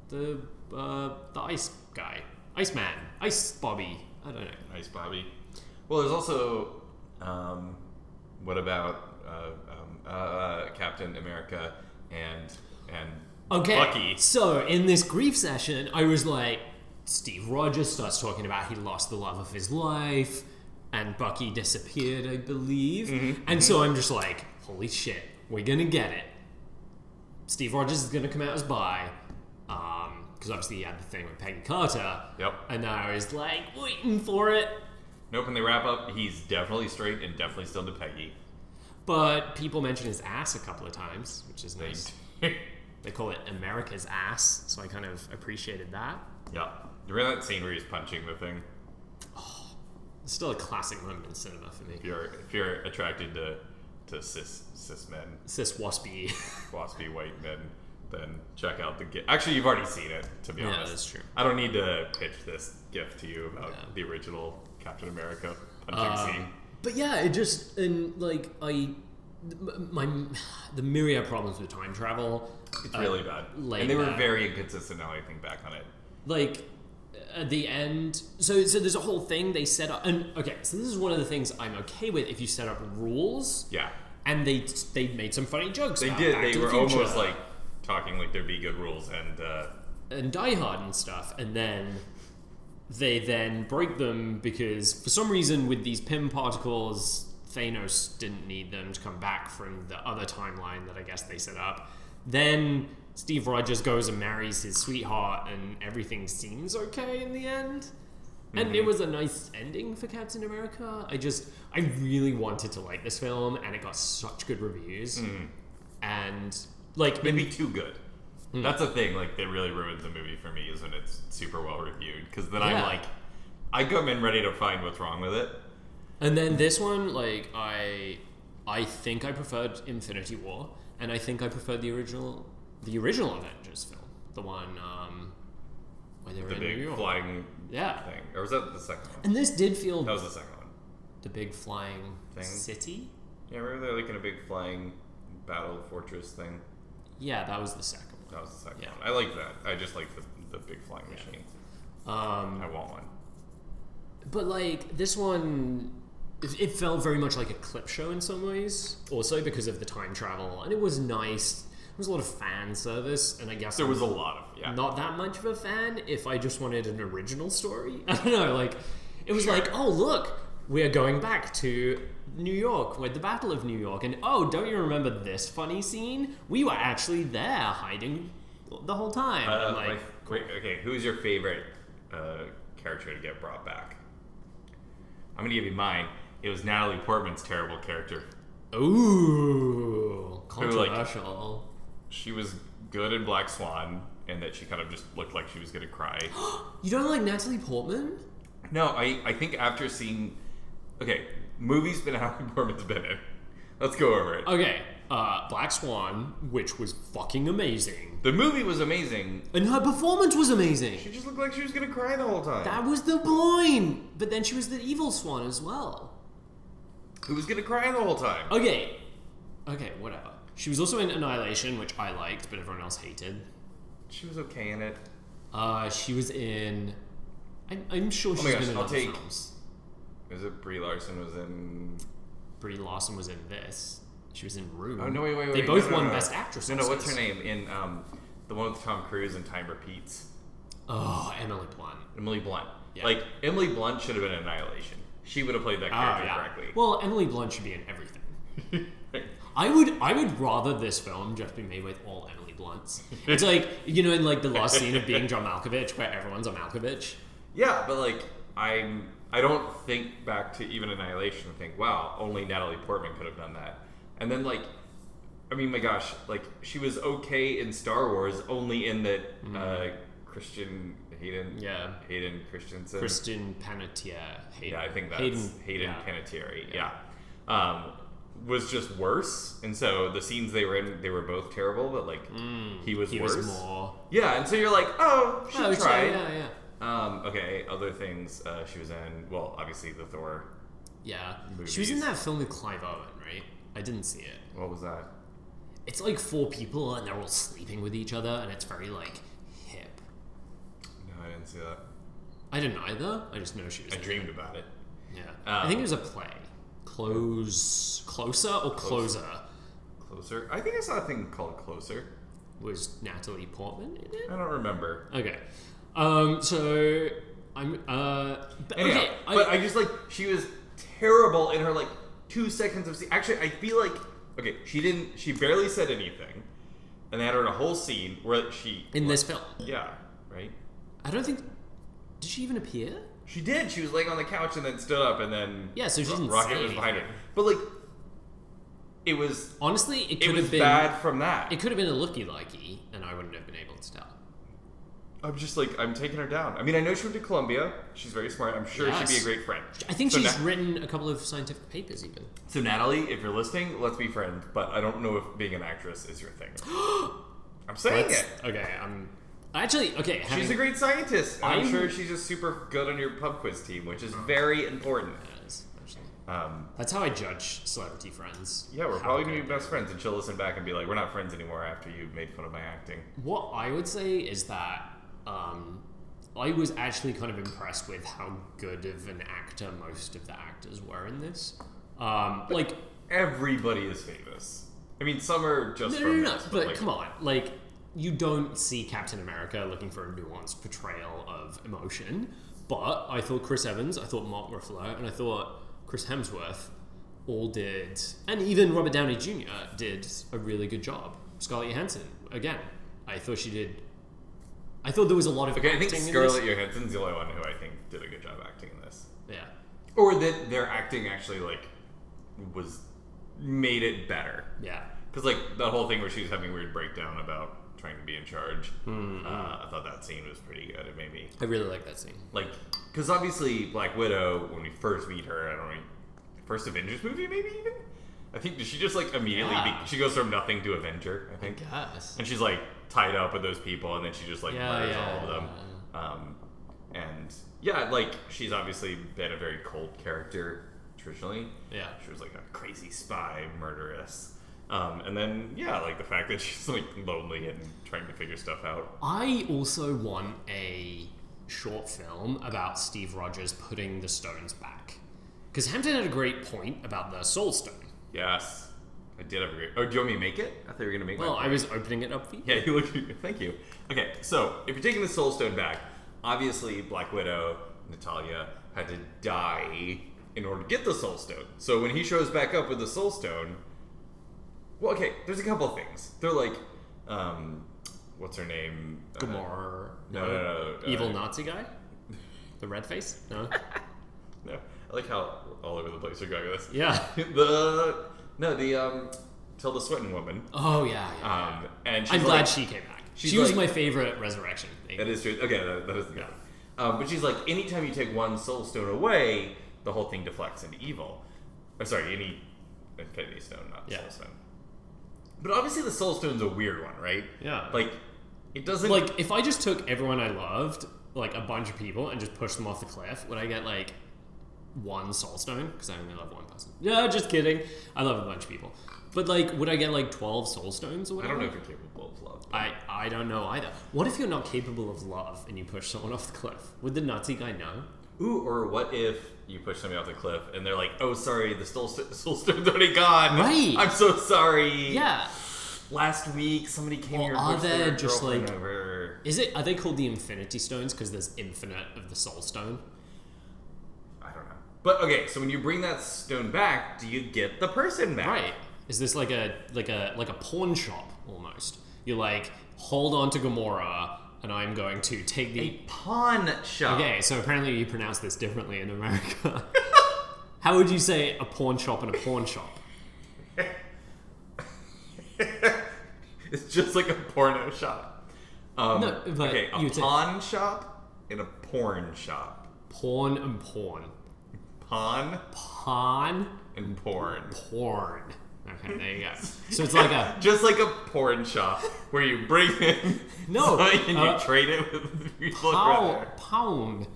Speaker 2: The uh, the ice guy, Iceman, Ice Bobby. I don't know.
Speaker 1: Nice, Bobby. Well, there's also, um, what about uh, um, uh, uh, Captain America and and
Speaker 2: Okay.
Speaker 1: Bucky?
Speaker 2: So in this grief session, I was like, Steve Rogers starts talking about he lost the love of his life, and Bucky disappeared, I believe. And so I'm just like, holy shit, we're gonna get it. Steve Rogers is gonna come out as bi, because obviously he had the thing with Peggy Carter.
Speaker 1: Yep.
Speaker 2: And I was like waiting for it,
Speaker 1: Nope. When they wrap up, he's definitely straight and definitely still to Peggy.
Speaker 2: but people mention his ass a couple of times, which is
Speaker 1: They,
Speaker 2: nice. They call it America's ass, so I kind of appreciated that.
Speaker 1: yeah. You remember that scene where he's punching the thing?
Speaker 2: It's still a classic moment in cinema for me.
Speaker 1: If you're if you're attracted to to cis cis men,
Speaker 2: Cis waspy.
Speaker 1: waspy white men, then check out the gift. Actually, you've already seen it. To be
Speaker 2: Yeah,
Speaker 1: honest,
Speaker 2: that's true.
Speaker 1: I don't need to pitch this gift to you about
Speaker 2: Yeah. Uh,
Speaker 1: the original Captain America punching scene.
Speaker 2: Um, but yeah, it just and like I, my the myriad problems with time travel. uh,
Speaker 1: It's really bad,
Speaker 2: like
Speaker 1: and they were
Speaker 2: that.
Speaker 1: very inconsistent. Now I think back on it.
Speaker 2: like at the end so so there's a whole thing they set up and okay so this is one of the things i'm okay with if you set up rules
Speaker 1: Yeah,
Speaker 2: and they they made some funny jokes
Speaker 1: they
Speaker 2: about
Speaker 1: did.
Speaker 2: Back
Speaker 1: They
Speaker 2: to the
Speaker 1: were
Speaker 2: Future
Speaker 1: almost like talking like there'd be good rules, and uh,
Speaker 2: and Die Hard and stuff, and then they then break them because for some reason with these Pym particles, Thanos didn't need them to come back from the other timeline that I guess they set up. Then Steve Rogers goes and marries his sweetheart, and everything seems okay in the end. And it was a nice ending for Captain America. I just, I really wanted to like this film, and it got such good reviews. And like,
Speaker 1: maybe too good.
Speaker 2: Hmm.
Speaker 1: That's a thing. Like that really ruins the movie for me is when it's super well reviewed because then I'm
Speaker 2: Yeah.
Speaker 1: like, I come in ready to find what's wrong with it.
Speaker 2: And then this one, like I, I think I preferred Infinity War, and I think I preferred the original, the original Avengers film, the one um, where they were
Speaker 1: The
Speaker 2: in New
Speaker 1: big
Speaker 2: York.
Speaker 1: flying
Speaker 2: Yeah,
Speaker 1: thing, or was that the second one?
Speaker 2: and this did feel
Speaker 1: That was the second one.
Speaker 2: the big flying
Speaker 1: Thing.
Speaker 2: city.
Speaker 1: Yeah, remember they're like in a big flying battle fortress thing.
Speaker 2: Yeah, that was the second one.
Speaker 1: That was the second
Speaker 2: Yeah.
Speaker 1: one. I like that. I just like the, the big flying machines.
Speaker 2: Um,
Speaker 1: I want one.
Speaker 2: but like this one, it, it felt very much like a clip show in some ways, also because of the time travel, and it was nice. was a lot of fan service, and I guess
Speaker 1: There
Speaker 2: I'm
Speaker 1: was a lot of yeah.
Speaker 2: not that much of a fan if I just wanted an original story. I don't know, like it was like, oh look, we're going back to New York with the Battle of New York, and oh, don't you remember this funny scene? We were actually there hiding the whole time.
Speaker 1: Uh,
Speaker 2: I'm
Speaker 1: my-
Speaker 2: like,
Speaker 1: wait, okay, who's your favorite uh, character to get brought back? I'm gonna give you mine. It was Natalie Portman's terrible character.
Speaker 2: ooh,
Speaker 1: were like-
Speaker 2: controversial.
Speaker 1: She was good in Black Swan, and that she kind of just looked like she was gonna cry.
Speaker 2: you don't like Natalie Portman?
Speaker 1: no, I, I think after seeing, okay, movies that Natalie Portman's been in. Let's go over it.
Speaker 2: Okay, uh, Black Swan, which was fucking amazing,
Speaker 1: The movie was amazing.
Speaker 2: and her performance was amazing.
Speaker 1: She just looked like she was gonna cry the whole time.
Speaker 2: That was the point. But then she was the evil swan as well.
Speaker 1: Who was gonna cry the whole time?
Speaker 2: Okay. Okay, whatever. She was also in Annihilation, which I liked, but everyone else hated.
Speaker 1: She was okay in it.
Speaker 2: Uh, she was in. I'm, I'm sure she's
Speaker 1: Oh my gosh,
Speaker 2: been in
Speaker 1: I'll
Speaker 2: other
Speaker 1: take-
Speaker 2: films.
Speaker 1: Was it Brie Larson was in?
Speaker 2: Brie Larson was in this. She was in Room.
Speaker 1: Oh no! Wait, wait, wait.
Speaker 2: They
Speaker 1: no,
Speaker 2: both
Speaker 1: no, no,
Speaker 2: won
Speaker 1: no.
Speaker 2: Best Actress.
Speaker 1: No, no. What's her
Speaker 2: Oscars.
Speaker 1: name in um, the one with Tom Cruise and Time Repeats?
Speaker 2: Oh, Emily Blunt.
Speaker 1: Emily Blunt.
Speaker 2: Yeah.
Speaker 1: Like Emily Blunt should have been in Annihilation. She would have played that
Speaker 2: Oh,
Speaker 1: character
Speaker 2: yeah.
Speaker 1: correctly.
Speaker 2: Well, Emily Blunt should be in everything. I would I would rather this film just be made with all Emily Blunts. It's like you know in like the last scene of being John Malkovich where everyone's a Malkovich.
Speaker 1: yeah, but like I'm, I don't think back to even Annihilation and think, wow, only Natalie Portman could have done that. And then like, I mean, my gosh, like she was okay in Star Wars, only in that uh, Christian Hayden,
Speaker 2: Mm-hmm. Yeah.
Speaker 1: Hayden Christensen,
Speaker 2: Kristen Panettiere. Hayden.
Speaker 1: Yeah, I think that's Hayden,
Speaker 2: Hayden.
Speaker 1: Panettiere. Yeah, Um, was just worse, and so the scenes they were in, they were both terrible. But like, he was
Speaker 2: Mm, He
Speaker 1: worse.
Speaker 2: was more.
Speaker 1: Yeah, and so you're like, oh, she
Speaker 2: Oh,
Speaker 1: tried.
Speaker 2: Yeah, yeah, yeah.
Speaker 1: Um, okay, other things uh, she was in. Well, obviously the Thor.
Speaker 2: Yeah. She was in
Speaker 1: Movies.
Speaker 2: that film with Clive Owen, right? I didn't see it.
Speaker 1: What was that?
Speaker 2: It's like four people and they're all sleeping with each other, and it's very like hip.
Speaker 1: No, I didn't see that.
Speaker 2: I didn't either. I just know she was.
Speaker 1: I
Speaker 2: in it.
Speaker 1: dreamed about it.
Speaker 2: Yeah.
Speaker 1: Um,
Speaker 2: I think it was a play. Close, closer or
Speaker 1: Close.
Speaker 2: closer.
Speaker 1: Closer. I think I saw a thing called Closer.
Speaker 2: Was Natalie Portman in it?
Speaker 1: I don't remember.
Speaker 2: Okay. Um. So I'm. Uh. But,
Speaker 1: Anyhow,
Speaker 2: okay. I-
Speaker 1: but I, just like she was terrible in her like two seconds of scene. Actually, I feel like okay, she didn't. She barely said anything, and they had her in a whole scene where she
Speaker 2: in this film,
Speaker 1: yeah right.
Speaker 2: I don't think. Did she even appear?
Speaker 1: She did. She was laying on the couch and then stood up and then
Speaker 2: Yeah, so she didn't
Speaker 1: Rocket
Speaker 2: say
Speaker 1: was behind her.
Speaker 2: anything.
Speaker 1: But like, it was
Speaker 2: Honestly, it
Speaker 1: it
Speaker 2: could
Speaker 1: was
Speaker 2: have been.
Speaker 1: bad from that.
Speaker 2: It could have been a looky likey, and I wouldn't have been able to tell.
Speaker 1: I'm just like I'm taking her down. I mean, I know she went to Columbia. She's very smart. I'm sure she'd be
Speaker 2: Yes.
Speaker 1: a great friend.
Speaker 2: I think
Speaker 1: So
Speaker 2: she's
Speaker 1: na-
Speaker 2: written a couple of scientific papers, even.
Speaker 1: So Natalie, if you're listening, let's be friends. But I don't know if being an actress is your thing. I'm saying it.
Speaker 2: Okay, I'm actually okay. Having,
Speaker 1: She's a great scientist. and I'm,
Speaker 2: I'm-
Speaker 1: sure she's just super good on your pub quiz team, which is very important.
Speaker 2: Yes, actually.
Speaker 1: Um,
Speaker 2: That's how I judge celebrity friends.
Speaker 1: yeah, we're
Speaker 2: How
Speaker 1: probably gonna
Speaker 2: good.
Speaker 1: be best friends, and she'll listen back and be like, "We're not friends anymore after you made fun of my acting."
Speaker 2: What I would say is that um, I was actually kind of impressed with how good of an actor most of the actors were in this. Um, like,
Speaker 1: Everybody is famous. I mean, some are just
Speaker 2: no, no,
Speaker 1: from
Speaker 2: no, no,
Speaker 1: this,
Speaker 2: but
Speaker 1: like,
Speaker 2: come on, like. You don't see Captain America looking for a nuanced portrayal of emotion, but I thought Chris Evans, I thought Mark Ruffalo, and I thought Chris Hemsworth all did, and even Robert Downey Jr. did a really good job. Scarlett Johansson, again, I thought she did. I thought there was a lot of
Speaker 1: Okay, I think
Speaker 2: acting in this.
Speaker 1: Scarlett Johansson's the only one who I think did a good job acting in this,
Speaker 2: Yeah.
Speaker 1: or that their acting actually like was made it better.
Speaker 2: Yeah.
Speaker 1: Because like that whole thing where she was having a weird breakdown about trying to be in charge, uh, I thought that scene was pretty good. It made me
Speaker 2: I really like that scene.
Speaker 1: like because obviously Black Widow when we first meet her, I don't know, first Avengers movie maybe even. I think does she just like immediately
Speaker 2: Yeah.
Speaker 1: be, she goes from nothing to Avenger. I think,
Speaker 2: Yes.
Speaker 1: and she's like tied up with those people, and then she just like
Speaker 2: Yeah,
Speaker 1: murders
Speaker 2: yeah,
Speaker 1: all of them. Um, and yeah, like she's obviously been a very cold character traditionally.
Speaker 2: Yeah.
Speaker 1: She was like a crazy spy murderess. Um, and then yeah, like the fact that she's like lonely and trying to figure stuff out.
Speaker 2: I also want a short film about Steve Rogers putting the stones back. Because Hampton had a great point about the soul stone.
Speaker 1: Yes, I I did have a great. Oh, do you want me to make it? I thought you were gonna make.
Speaker 2: Well,
Speaker 1: my
Speaker 2: I was opening it up for you.
Speaker 1: Yeah, you look. Thank you. Okay, so if you're taking the Soul Stone back, obviously Black Widow, Natalia had to die in order to get the Soul Stone. So when he shows back up with the Soul Stone, well, okay, there's a couple of things. They're like, um, what's her name? Uh,
Speaker 2: Gamora.
Speaker 1: no, no, no, no,
Speaker 2: Evil
Speaker 1: uh,
Speaker 2: Nazi guy? The red face? No.
Speaker 1: No, I like how all over the place you're going with this.
Speaker 2: Yeah.
Speaker 1: the no, the um, Tilda Swinton woman.
Speaker 2: Oh, yeah. yeah, yeah.
Speaker 1: Um, and she's
Speaker 2: I'm
Speaker 1: like-
Speaker 2: glad she came back.
Speaker 1: she's
Speaker 2: She was
Speaker 1: like-
Speaker 2: my favorite resurrection. thing.
Speaker 1: That is true. Okay, that, that is the guy. Um, but she's like, anytime you take one soul stone away, the whole thing deflects into evil. Or sorry, any infinity stone, not the
Speaker 2: Yeah.
Speaker 1: soul stone. But obviously, the soul stone's a weird one, right?
Speaker 2: Yeah.
Speaker 1: Like, it doesn't.
Speaker 2: Like, if I just took everyone I loved, like a bunch of people, and just pushed them off the cliff, would I get like one soul stone? Because I only love one person. No, just kidding. I love a bunch of people. But like, would I get like twelve soul stones or
Speaker 1: I
Speaker 2: whatever?
Speaker 1: don't know if you're capable of love.
Speaker 2: I, I don't know either. What if you're not capable of love and you push someone off the cliff? Would the Nazi guy know?
Speaker 1: Ooh, or what if you push somebody off the cliff and they're like, oh, sorry, the soul, st- soul stone's already gone.
Speaker 2: Right.
Speaker 1: I'm so sorry.
Speaker 2: Yeah.
Speaker 1: Last week, somebody came
Speaker 2: Well,
Speaker 1: here and
Speaker 2: are
Speaker 1: pushed
Speaker 2: there
Speaker 1: their
Speaker 2: just,
Speaker 1: girlfriend
Speaker 2: like-
Speaker 1: over.
Speaker 2: Is it? Are they called the Infinity Stones because there's infinite of the Soul Stone?
Speaker 1: I don't know. But okay, so when you bring that stone back, do you get the person back?
Speaker 2: Right. Is this like a like a like a pawn shop almost? You're like, hold on to Gamora, and I'm going to take
Speaker 1: A
Speaker 2: the.
Speaker 1: pawn shop.
Speaker 2: Okay, so apparently you pronounce this differently in America. How would you say a pawn shop and a pawn shop?
Speaker 1: It's just like a porno shop. Um,
Speaker 2: No, but
Speaker 1: okay, a
Speaker 2: you'd say-
Speaker 1: pawn shop and a porn shop.
Speaker 2: Pawn and porn.
Speaker 1: Pawn
Speaker 2: Pawn,
Speaker 1: and porn.
Speaker 2: porn. Okay, there you go. So it's like a
Speaker 1: Just like a porn shop where you bring in
Speaker 2: No,
Speaker 1: something and
Speaker 2: uh,
Speaker 1: you trade it with people
Speaker 2: pound,
Speaker 1: brother.
Speaker 2: pound,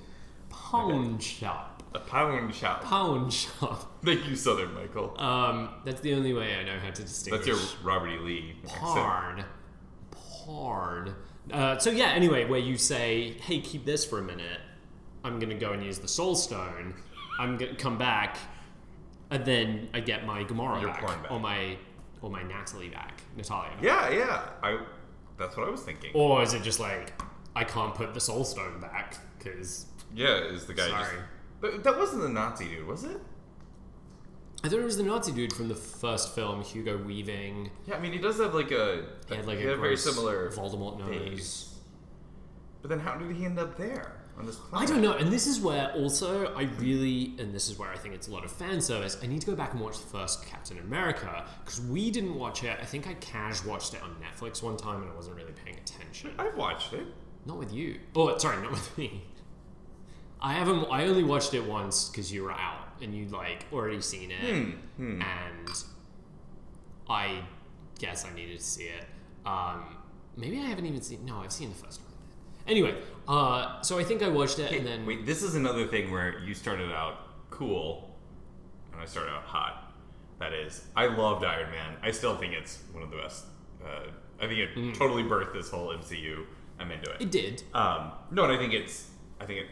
Speaker 2: pound shop,
Speaker 1: A pound shop.
Speaker 2: pound shop.
Speaker 1: Thank you, Southern Michael.
Speaker 2: Um, that's the only way I know how to distinguish.
Speaker 1: That's your Robert E. Lee accent.
Speaker 2: Porn. Porn. Uh, so yeah. Anyway, where you say, "Hey, keep this for a minute. I'm gonna go and use the Soul Stone. I'm gonna come back, and then I get my Gamora
Speaker 1: Your
Speaker 2: back,
Speaker 1: porn back.
Speaker 2: or my or my Natalie back, Natalia.
Speaker 1: Yeah, yeah. I. That's what I was thinking.
Speaker 2: Or is it just like I can't put the Soul Stone back because
Speaker 1: Yeah, is the guy.
Speaker 2: Sorry.
Speaker 1: Just, but that wasn't the Nazi dude, was it?
Speaker 2: I thought it was the Nazi dude from the first film, Hugo Weaving.
Speaker 1: Yeah, I mean he does have like a.
Speaker 2: He had like
Speaker 1: he
Speaker 2: a
Speaker 1: had very
Speaker 2: gross
Speaker 1: similar
Speaker 2: Voldemort nose.
Speaker 1: face. But then how did he end up there on this
Speaker 2: I
Speaker 1: planet?
Speaker 2: don't know, and this is where also I really, and this is where I think it's a lot of fan service. I need to go back and watch the first Captain America because we didn't watch it. I think I cash watched it on Netflix one time, and I wasn't really paying attention.
Speaker 1: I've watched it.
Speaker 2: Not with you. Oh, sorry, not with me. I haven't. I only watched it once because you were out and you'd like already seen it, and I guess I needed to see it. Um, maybe I haven't even seen. No, I've seen the first one. Anyway, uh, so I think I watched it, and then
Speaker 1: Wait, this is another thing where you started out cool, and I started out hot. That is, I loved Iron Man. I still think it's one of the best. Uh, I think it
Speaker 2: Mm.
Speaker 1: totally birthed this whole MCU. I'm into it.
Speaker 2: it did.
Speaker 1: Um, no, and I think it's. I think it.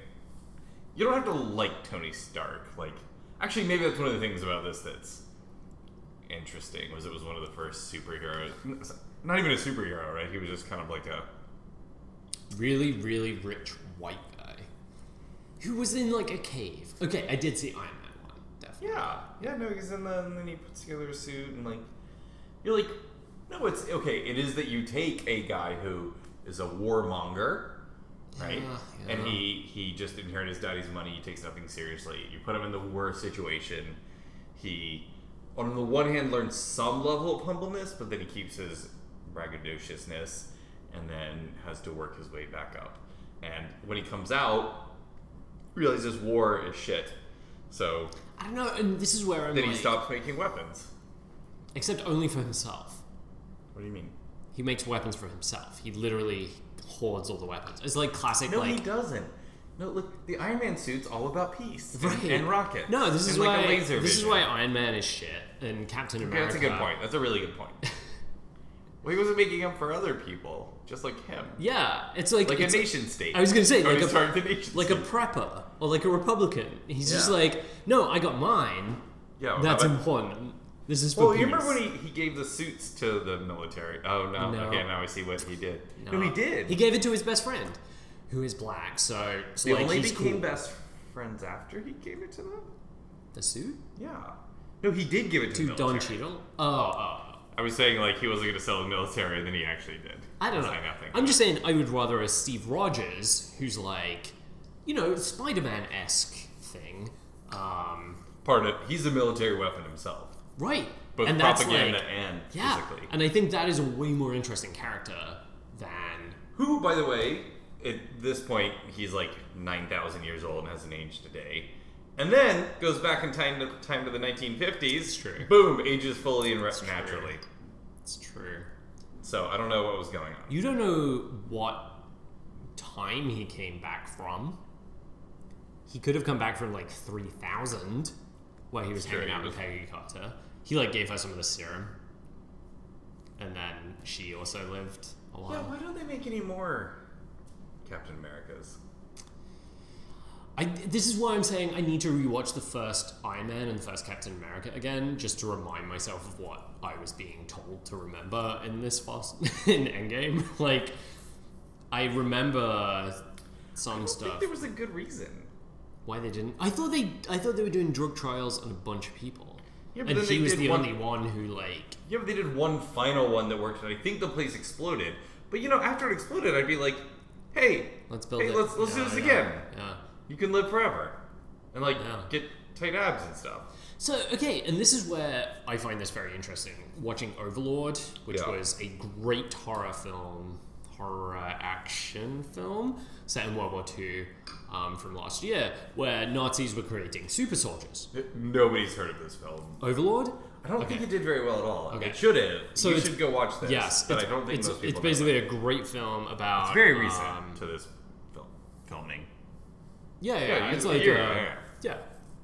Speaker 1: You don't have to like Tony Stark. Like, actually, maybe that's one of the things about this that's interesting. Was it was one of the first superheroes. Not even a superhero, right? He was just kind of like a.
Speaker 2: Really, really rich white guy who was in like a cave. Okay, I did see Iron Man one definitely.
Speaker 1: Yeah, yeah. No, he's in the. And then he puts together a suit and like. You're like, no, it's okay. It is that you take a guy who is a warmonger, right?
Speaker 2: Yeah,
Speaker 1: And
Speaker 2: yeah.
Speaker 1: he he just inherited his daddy's money. He takes nothing seriously. You put him in the worst situation. He, on the one hand, learns some level of humbleness, but then he keeps his braggadociousness, and then has to work his way back up. And when he comes out, realizes war is shit. So
Speaker 2: I don't know, and this is where I'm.
Speaker 1: then he
Speaker 2: like-
Speaker 1: stops making weapons.
Speaker 2: except only for himself.
Speaker 1: What do you mean?
Speaker 2: He makes weapons for himself. He literally hoards all the weapons. It's like classic,
Speaker 1: No,
Speaker 2: like
Speaker 1: he doesn't. No, look, the Iron Man suit's all about peace
Speaker 2: Right.
Speaker 1: and, and rockets.
Speaker 2: No, this is
Speaker 1: and,
Speaker 2: why
Speaker 1: like a laser
Speaker 2: this is
Speaker 1: vision.
Speaker 2: why Iron Man is shit and Captain
Speaker 1: Yeah,
Speaker 2: America.
Speaker 1: that's a good point. That's a really good point. well, he wasn't making up for other people, just like him,
Speaker 2: Yeah, it's like
Speaker 1: like a
Speaker 2: it's-
Speaker 1: nation state.
Speaker 2: I was gonna say
Speaker 1: Tony
Speaker 2: like a
Speaker 1: Stark, the nation
Speaker 2: like a
Speaker 1: state.
Speaker 2: prepper or like a Republican. He's just
Speaker 1: Yeah.
Speaker 2: like, no, I got mine.
Speaker 1: yeah. well,
Speaker 2: That's
Speaker 1: how about-
Speaker 2: important. This is for
Speaker 1: Well, you remember
Speaker 2: police.
Speaker 1: when he, he gave the suits to the military? Oh no.
Speaker 2: No.
Speaker 1: Okay, now I see what he did. No,
Speaker 2: No.
Speaker 1: he did.
Speaker 2: He gave it to his best friend, who is black. So, so
Speaker 1: they
Speaker 2: like,
Speaker 1: only
Speaker 2: he's
Speaker 1: became
Speaker 2: cool.
Speaker 1: best friends after he gave it to them.
Speaker 2: The suit
Speaker 1: Yeah. No, he did give it to,
Speaker 2: to
Speaker 1: the
Speaker 2: Don
Speaker 1: military.
Speaker 2: Cheadle. Oh, oh, oh.
Speaker 1: I was saying like he wasn't going to sell the military, and then he actually did.
Speaker 2: I don't
Speaker 1: It's
Speaker 2: know.
Speaker 1: like nothing.
Speaker 2: I'm just saying I would rather a Steve Rogers, who's like, you know, Spider-Man esque thing, um,
Speaker 1: part of. He's a military weapon himself,
Speaker 2: right?
Speaker 1: both
Speaker 2: and that's
Speaker 1: propaganda
Speaker 2: like,
Speaker 1: and
Speaker 2: yeah.
Speaker 1: physically.
Speaker 2: And I think that is a way more interesting character than
Speaker 1: Who, by the way, at this point, he's like 9,000 years old and hasn't aged today. And then goes back in time to, time to the 1950s.
Speaker 2: true.
Speaker 1: Boom, ages fully and re-
Speaker 2: true.
Speaker 1: naturally.
Speaker 2: it's true.
Speaker 1: So I don't know what was going on.
Speaker 2: You don't know what time he came back from. He could have come back from like 3000 where he was
Speaker 1: Sure,
Speaker 2: hanging
Speaker 1: he
Speaker 2: out with
Speaker 1: was-
Speaker 2: Peggy Carter. He like gave her some of the serum. And then she also lived a while.
Speaker 1: yeah, why don't they make any more Captain Americas?
Speaker 2: I, this is why I'm saying I need to rewatch the first Iron Man and the first Captain America again, just to remind myself of what I was being told to remember in this fast in Endgame. Like, I remember some
Speaker 1: I think
Speaker 2: stuff.
Speaker 1: there was a good reason.
Speaker 2: Why they didn't? I thought they. I thought they were doing drug trials on a bunch of people.
Speaker 1: Yeah, but
Speaker 2: and
Speaker 1: then
Speaker 2: he
Speaker 1: they
Speaker 2: was
Speaker 1: did
Speaker 2: the
Speaker 1: one-
Speaker 2: only one who like.
Speaker 1: Yeah, but they did one final one that worked, and I think the place exploded. But you know, after it exploded, I'd be like, hey,
Speaker 2: Let's build
Speaker 1: hey,
Speaker 2: it.
Speaker 1: let's, let's do
Speaker 2: Yeah,
Speaker 1: this
Speaker 2: yeah,
Speaker 1: again.
Speaker 2: Yeah.
Speaker 1: You can live forever. And like,
Speaker 2: Yeah.
Speaker 1: get tight abs and stuff.
Speaker 2: So okay, and this is where I find this very interesting. Watching Overlord, which
Speaker 1: Yeah.
Speaker 2: was a great horror film, horror action film set in World War II um, from last year, where Nazis were creating super soldiers.
Speaker 1: Nobody's heard of this film.
Speaker 2: Overlord.
Speaker 1: I don't
Speaker 2: Okay.
Speaker 1: think it did very well at all.
Speaker 2: Okay.
Speaker 1: It should have.
Speaker 2: So
Speaker 1: you
Speaker 2: it's-
Speaker 1: should go watch this.
Speaker 2: Yes,
Speaker 1: but I
Speaker 2: it's-
Speaker 1: don't think
Speaker 2: it's,
Speaker 1: most people.
Speaker 2: it's
Speaker 1: know that.
Speaker 2: basically a great film about.
Speaker 1: it's very recent
Speaker 2: um,
Speaker 1: to this film filming.
Speaker 2: Yeah, yeah,
Speaker 1: Yeah,
Speaker 2: it's
Speaker 1: you-
Speaker 2: like
Speaker 1: you're-
Speaker 2: uh,
Speaker 1: yeah.
Speaker 2: yeah,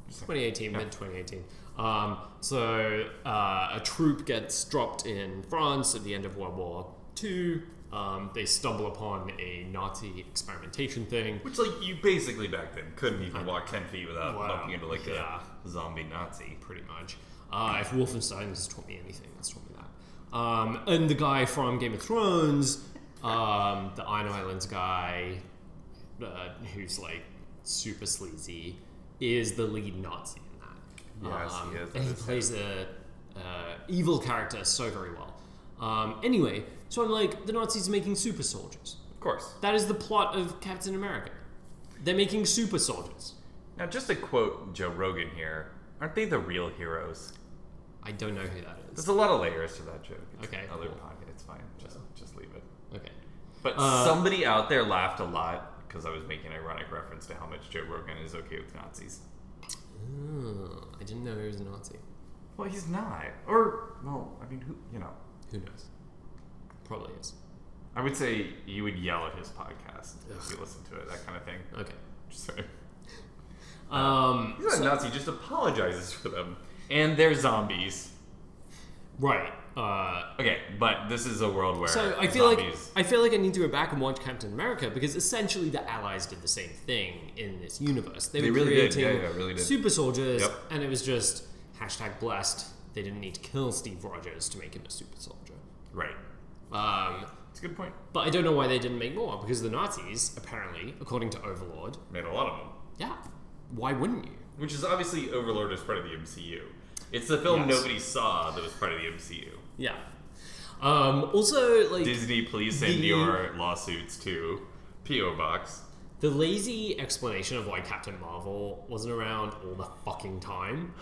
Speaker 2: 2018, mid 2018. Um, so uh, a troop gets dropped in France at the end of World War II. Um, they stumble upon a Nazi experimentation thing.
Speaker 1: Which like you basically back then couldn't even walk ten feet without
Speaker 2: Uh, Wow.
Speaker 1: bumping into like
Speaker 2: Yeah.
Speaker 1: a zombie Nazi.
Speaker 2: pretty much. Uh, if Wolfenstein has taught me anything, that's taught me that. Um, and the guy from Game of Thrones, um, the Iron Islands guy, uh, who's like super sleazy, is the lead Nazi in that.
Speaker 1: Yes,
Speaker 2: Um,
Speaker 1: he is.
Speaker 2: And he plays the uh, evil character so very well. Um, anyway, so I'm like, the Nazis are making super soldiers.
Speaker 1: Of course.
Speaker 2: That is the plot of Captain America. They're making super soldiers.
Speaker 1: Now, just to quote Joe Rogan here, aren't they the real heroes?
Speaker 2: I don't know who that is.
Speaker 1: There's a lot of layers to that joke. It's
Speaker 2: Okay,
Speaker 1: Other
Speaker 2: cool.
Speaker 1: podcast. It's fine. Just just leave it.
Speaker 2: Okay.
Speaker 1: But
Speaker 2: Uh,
Speaker 1: somebody out there laughed a lot because I was making an ironic reference to how much Joe Rogan is okay with Nazis.
Speaker 2: Oh, I didn't know he was a Nazi.
Speaker 1: Well, he's not. Or well, I mean, who you know?
Speaker 2: Who knows? Probably is.
Speaker 1: I would say you would yell at his podcast if
Speaker 2: Ugh.
Speaker 1: you listen to it, that kind of thing.
Speaker 2: Okay.
Speaker 1: Just sorry.
Speaker 2: Um,
Speaker 1: He's not a Nazi. Just apologizes for them, and they're zombies.
Speaker 2: right. Uh,
Speaker 1: Okay, but this is a world where
Speaker 2: so I feel like
Speaker 1: zombies-
Speaker 2: I feel like I need to go back and watch Captain America because essentially the Allies did the same thing in this universe. They,
Speaker 1: They
Speaker 2: were
Speaker 1: really did.
Speaker 2: creating
Speaker 1: Yeah, yeah, really did.
Speaker 2: super soldiers,
Speaker 1: Yep.
Speaker 2: and it was just hashtag blessed. They didn't need to kill Steve Rogers to make him a super soldier.
Speaker 1: right.
Speaker 2: Um,
Speaker 1: It's a good point.
Speaker 2: but I don't know why they didn't make more because the Nazis, apparently, according to Overlord,
Speaker 1: Made a lot of them,
Speaker 2: yeah, why wouldn't you?
Speaker 1: which is obviously Overlord is part of the MCU. It's the film
Speaker 2: Yes.
Speaker 1: nobody saw that was part of the MCU.
Speaker 2: Yeah. Um, also, like
Speaker 1: Disney, please send
Speaker 2: The-
Speaker 1: your lawsuits to PO Box.
Speaker 2: the lazy explanation of why Captain Marvel wasn't around all the fucking time,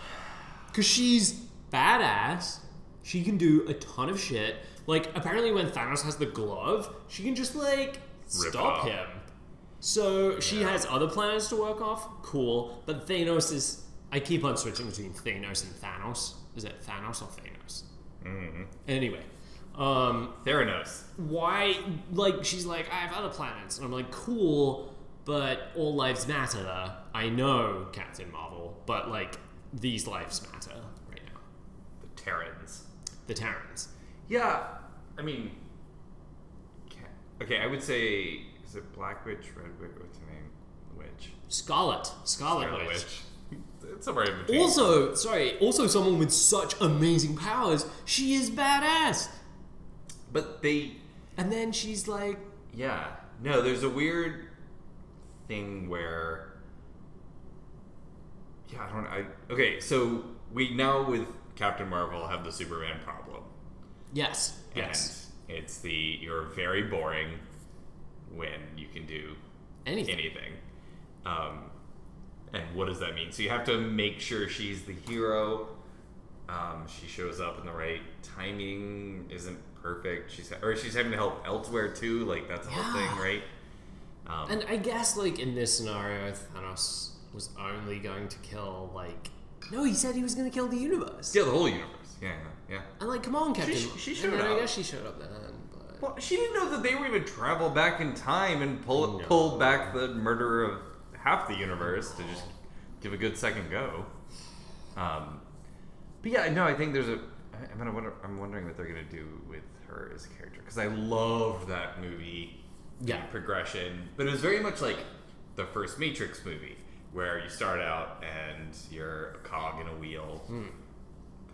Speaker 2: because she's badass. She can do a ton of shit. Like apparently, when Thanos has the glove, she can just like
Speaker 1: Rip
Speaker 2: stop
Speaker 1: it
Speaker 2: him. So she
Speaker 1: Yeah.
Speaker 2: has other planets to work off. Cool, but Thanos is. I keep on switching between Thanos and Thanos. Is it Thanos or Thanos? Mm-hmm. Anyway, um,
Speaker 1: Theranos.
Speaker 2: why like she's like i have other planets and i'm like cool but all lives matter i know captain marvel but like these lives matter right now
Speaker 1: The Terrans.
Speaker 2: the terrans
Speaker 1: Yeah, I mean. ca- Okay, I would say. Is it Black Witch, Red Witch? What's her name? Witch.
Speaker 2: scarlet scarlet
Speaker 1: Scarlet
Speaker 2: witch
Speaker 1: Witch. It's somewhere in between.
Speaker 2: Also, sorry, also someone with such amazing powers, she is badass.
Speaker 1: but they,
Speaker 2: And then she's like,
Speaker 1: yeah, no, there's a weird thing where, yeah, I don't. I okay, so we now with Captain Marvel have the Superman problem.
Speaker 2: yes, yes,
Speaker 1: And it's the you're very boring when you can do
Speaker 2: anything.
Speaker 1: anything. Um, and what does that mean? So you have to make sure she's the hero. Um, she shows up in the right timing. Isn't perfect. She's or she's having to help elsewhere too. Like that's the whole thing,
Speaker 2: Yeah.
Speaker 1: right? Um,
Speaker 2: And I guess, like, in this scenario, Thanos was only going to kill, like, no, he said he was going to kill the universe.
Speaker 1: yeah, the whole universe. Yeah, yeah. yeah.
Speaker 2: And, like, come on, Captain.
Speaker 1: sh- she
Speaker 2: And
Speaker 1: showed
Speaker 2: then
Speaker 1: up.
Speaker 2: I guess she showed up then, but.
Speaker 1: Well, she didn't know that they were going to travel back in time and pull
Speaker 2: No.
Speaker 1: pull back the murderer of half the universe to just give a good second go. Um, but yeah, no, I think there's a. I- I'm, gonna wonder, I'm wondering what they're going to do with her as a character because I love that movie the
Speaker 2: Yeah.
Speaker 1: progression, but it was very much like the first Matrix movie where you start out and you're a cog in a wheel,
Speaker 2: Hmm.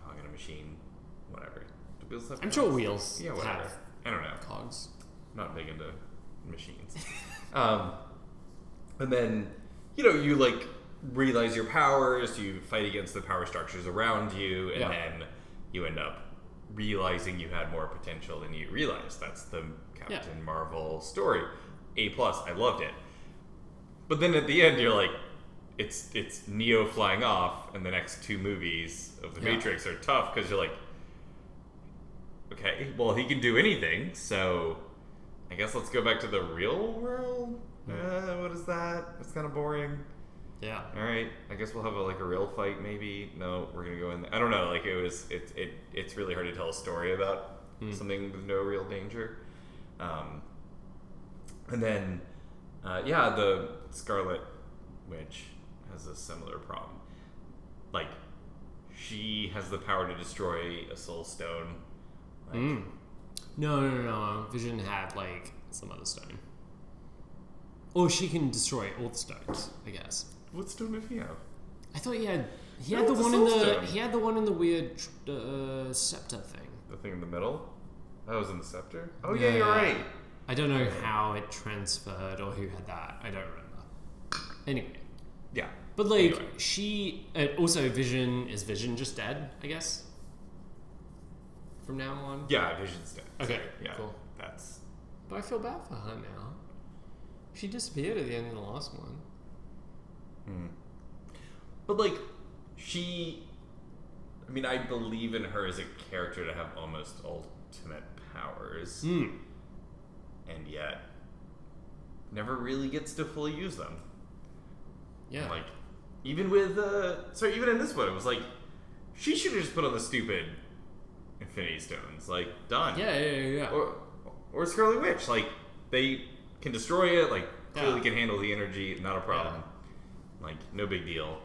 Speaker 1: cog in a machine, whatever. Do wheels have
Speaker 2: I'm sure
Speaker 1: cogs?
Speaker 2: wheels
Speaker 1: Yeah, whatever.
Speaker 2: have
Speaker 1: I don't know.
Speaker 2: cogs.
Speaker 1: not big into machines. um, and then, you know, you like realize your powers, you fight against the power structures around you, and
Speaker 2: Yeah.
Speaker 1: then you end up realizing you had more potential than you realized. That's the Captain Marvel story. A plus, I loved it. But then at the end, you're like, it's it's Neo flying off, and the next two movies of the
Speaker 2: Yeah.
Speaker 1: Matrix are tough because you're like, okay, well he can do anything, so I guess let's go back to the real world. Uh, what is that? It's kind of boring.
Speaker 2: Yeah.
Speaker 1: All right, I guess we'll have a, like a real fight, maybe. No, we're gonna go in. I don't know. Like it was, it, it it's really hard to tell a story about
Speaker 2: Hmm.
Speaker 1: something with no real danger. Um, and then, uh, yeah, the Scarlet Witch has a similar problem. Like, she has the power to destroy a Soul Stone. Like,
Speaker 2: Mm. No, no, no, no. Vision had, like, some other stone. Or she can destroy all the stones, I guess.
Speaker 1: What stone did he have?
Speaker 2: I thought he had he
Speaker 1: No,
Speaker 2: had the
Speaker 1: it's a
Speaker 2: one in
Speaker 1: soul
Speaker 2: the
Speaker 1: stone.
Speaker 2: he had the one in the weird tr- uh, scepter thing.
Speaker 1: The thing in the middle. That was in the scepter. Oh yeah, you're
Speaker 2: Yeah.
Speaker 1: right.
Speaker 2: I don't know how it transferred or who had that. I don't remember. Anyway,
Speaker 1: Yeah.
Speaker 2: but like
Speaker 1: Anyway.
Speaker 2: she uh, also Vision is Vision just dead? I guess from now on.
Speaker 1: Yeah, Vision's dead.
Speaker 2: Okay,
Speaker 1: Yeah.
Speaker 2: cool.
Speaker 1: That's
Speaker 2: But I feel bad for her now. She disappeared at the end of the last one.
Speaker 1: But like, she. I mean, I believe in her as a character to have almost ultimate powers,
Speaker 2: Hmm.
Speaker 1: and yet never really gets to fully use them.
Speaker 2: Yeah.
Speaker 1: Like, even with uh, sorry, even in this one, it was like she should have just put on the stupid Infinity Stones. Like, done.
Speaker 2: yeah. Yeah. Yeah. Yeah.
Speaker 1: Or, or Scarlet Witch. Like, they can destroy it. Like, clearly
Speaker 2: Yeah.
Speaker 1: can handle the energy. Not a problem. Like, no big deal.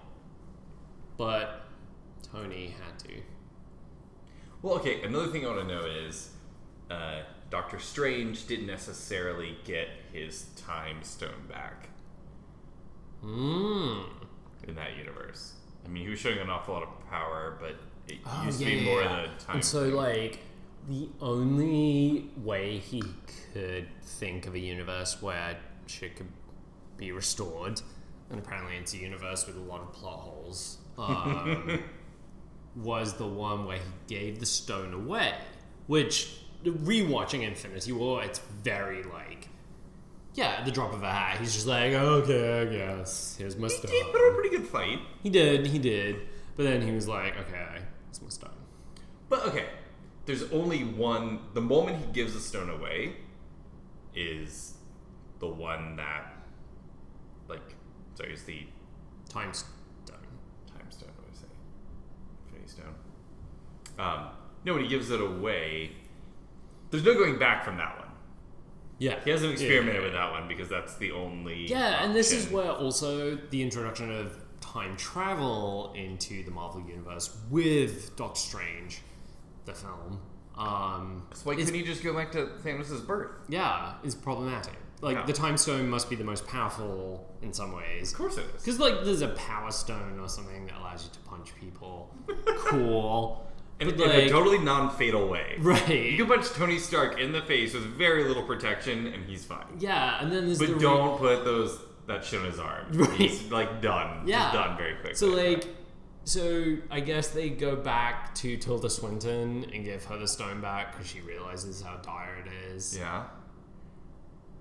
Speaker 2: but Tony had to.
Speaker 1: Well, okay. Another thing I want to know is, uh, Doctor Strange didn't necessarily get his time stone back
Speaker 2: Hmm.
Speaker 1: in that universe. I mean, he was showing an awful lot of power, but it
Speaker 2: Oh,
Speaker 1: used
Speaker 2: yeah,
Speaker 1: to be
Speaker 2: yeah,
Speaker 1: more
Speaker 2: yeah.
Speaker 1: the time.
Speaker 2: And so,
Speaker 1: stone.
Speaker 2: like, the only way he could think of a universe where shit could be restored, and apparently it's a universe with a lot of plot holes, um, was the one where he gave the stone away. Which, rewatching Infinity War, it's very like. Yeah, at the drop of a hat, he's just like, okay, I guess, here's my
Speaker 1: he
Speaker 2: stone.
Speaker 1: did put up a pretty good fight.
Speaker 2: He did, he did. But then he was like, okay, it's my stone.
Speaker 1: But okay, there's only one. The moment he gives the stone away, is the one that, like, sorry, it's the
Speaker 2: Time stone.
Speaker 1: time stone. What do I say? Infinity stone. Um, no, when he gives it away, there's no going back from that one.
Speaker 2: Yeah.
Speaker 1: He hasn't experimented
Speaker 2: yeah.
Speaker 1: with that one because that's the only.
Speaker 2: Yeah, and this is
Speaker 1: option.
Speaker 2: where also the introduction of time travel into the Marvel Universe with Doctor Strange, the film, um,
Speaker 1: So why couldn't he just go back to Thanos' birth?
Speaker 2: yeah, is problematic. like
Speaker 1: Yeah.
Speaker 2: the time stone must be the most powerful in some ways.
Speaker 1: Of course it is.
Speaker 2: Because like there's a power stone or something that allows you to punch people. cool.
Speaker 1: In,
Speaker 2: But,
Speaker 1: in a
Speaker 2: like-
Speaker 1: totally non-fatal way. You
Speaker 2: Right.
Speaker 1: can punch Tony Stark in the face with very little protection, and he's fine.
Speaker 2: Yeah, and then there's the
Speaker 1: But
Speaker 2: re-
Speaker 1: don't put those that shit on his arm.
Speaker 2: Right.
Speaker 1: He's like done.
Speaker 2: Yeah.
Speaker 1: He's done very quickly.
Speaker 2: So like, so I guess they go back to Tilda Swinton and give her the stone back because she realizes how dire it is.
Speaker 1: yeah.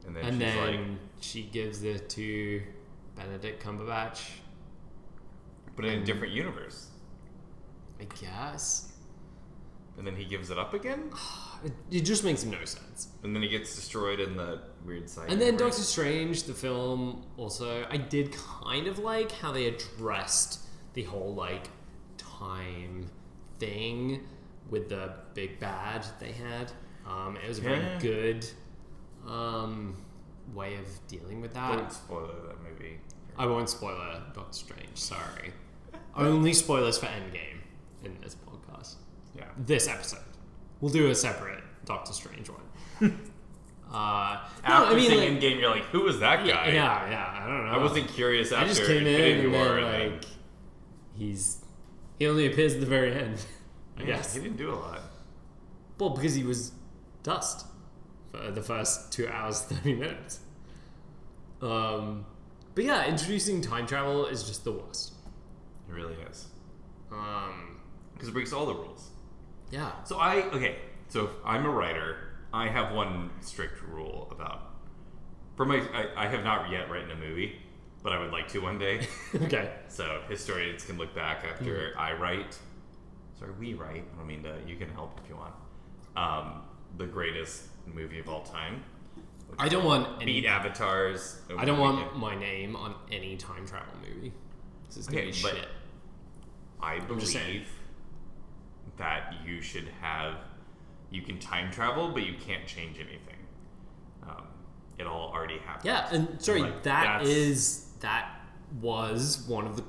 Speaker 1: And then
Speaker 2: And
Speaker 1: she's
Speaker 2: then
Speaker 1: like,
Speaker 2: she gives it to Benedict Cumberbatch,
Speaker 1: but in a different universe.
Speaker 2: I guess.
Speaker 1: And then he gives it up again.
Speaker 2: It, it just makes no sense.
Speaker 1: And then he gets destroyed in the weird side.
Speaker 2: And then
Speaker 1: universe.
Speaker 2: Doctor Strange, the film, also, I did kind of like how they addressed the whole like time thing with the big bad they had. Um, it was a very
Speaker 1: Yeah.
Speaker 2: good um, way of dealing with that.
Speaker 1: Don't spoil that movie.
Speaker 2: I won't spoiler Doctor Strange, sorry. Only spoilers for Endgame in this podcast.
Speaker 1: Yeah.
Speaker 2: This episode. We'll do a separate Doctor Strange one. uh, no,
Speaker 1: After
Speaker 2: I mean,
Speaker 1: seeing
Speaker 2: like,
Speaker 1: Endgame, you're like, who was that guy?
Speaker 2: yeah, yeah, yeah. I don't know.
Speaker 1: I wasn't curious after
Speaker 2: I just came
Speaker 1: Infinity
Speaker 2: in and
Speaker 1: War.
Speaker 2: then
Speaker 1: and
Speaker 2: like he's he only appears at the very end. I
Speaker 1: yeah,
Speaker 2: guess.
Speaker 1: he didn't do a lot.
Speaker 2: Well, because he was dust for the first two hours thirty minutes. Um, but yeah, introducing time travel is just the worst.
Speaker 1: He really is
Speaker 2: Um,
Speaker 1: because it breaks all the rules.
Speaker 2: yeah.
Speaker 1: So I okay. So if I'm a writer, I have one strict rule about. For my, I, I have not yet written a movie, but I would like to one day.
Speaker 2: okay.
Speaker 1: so historians can look back
Speaker 2: Mm-hmm.
Speaker 1: after I write. Sorry, we write. I mean, uh, you can help if you want. Um, the greatest movie of all time. which
Speaker 2: I don't want any.
Speaker 1: beat avatars.
Speaker 2: I don't want my name on any time travel movie. This is gonna
Speaker 1: Okay,
Speaker 2: be
Speaker 1: but-
Speaker 2: shit.
Speaker 1: I
Speaker 2: just saying.
Speaker 1: believe that you should have. You can time travel, but you can't change anything. Um, it all already happened.
Speaker 2: Yeah, and sorry,
Speaker 1: Like,
Speaker 2: that
Speaker 1: that's-
Speaker 2: is that was one of the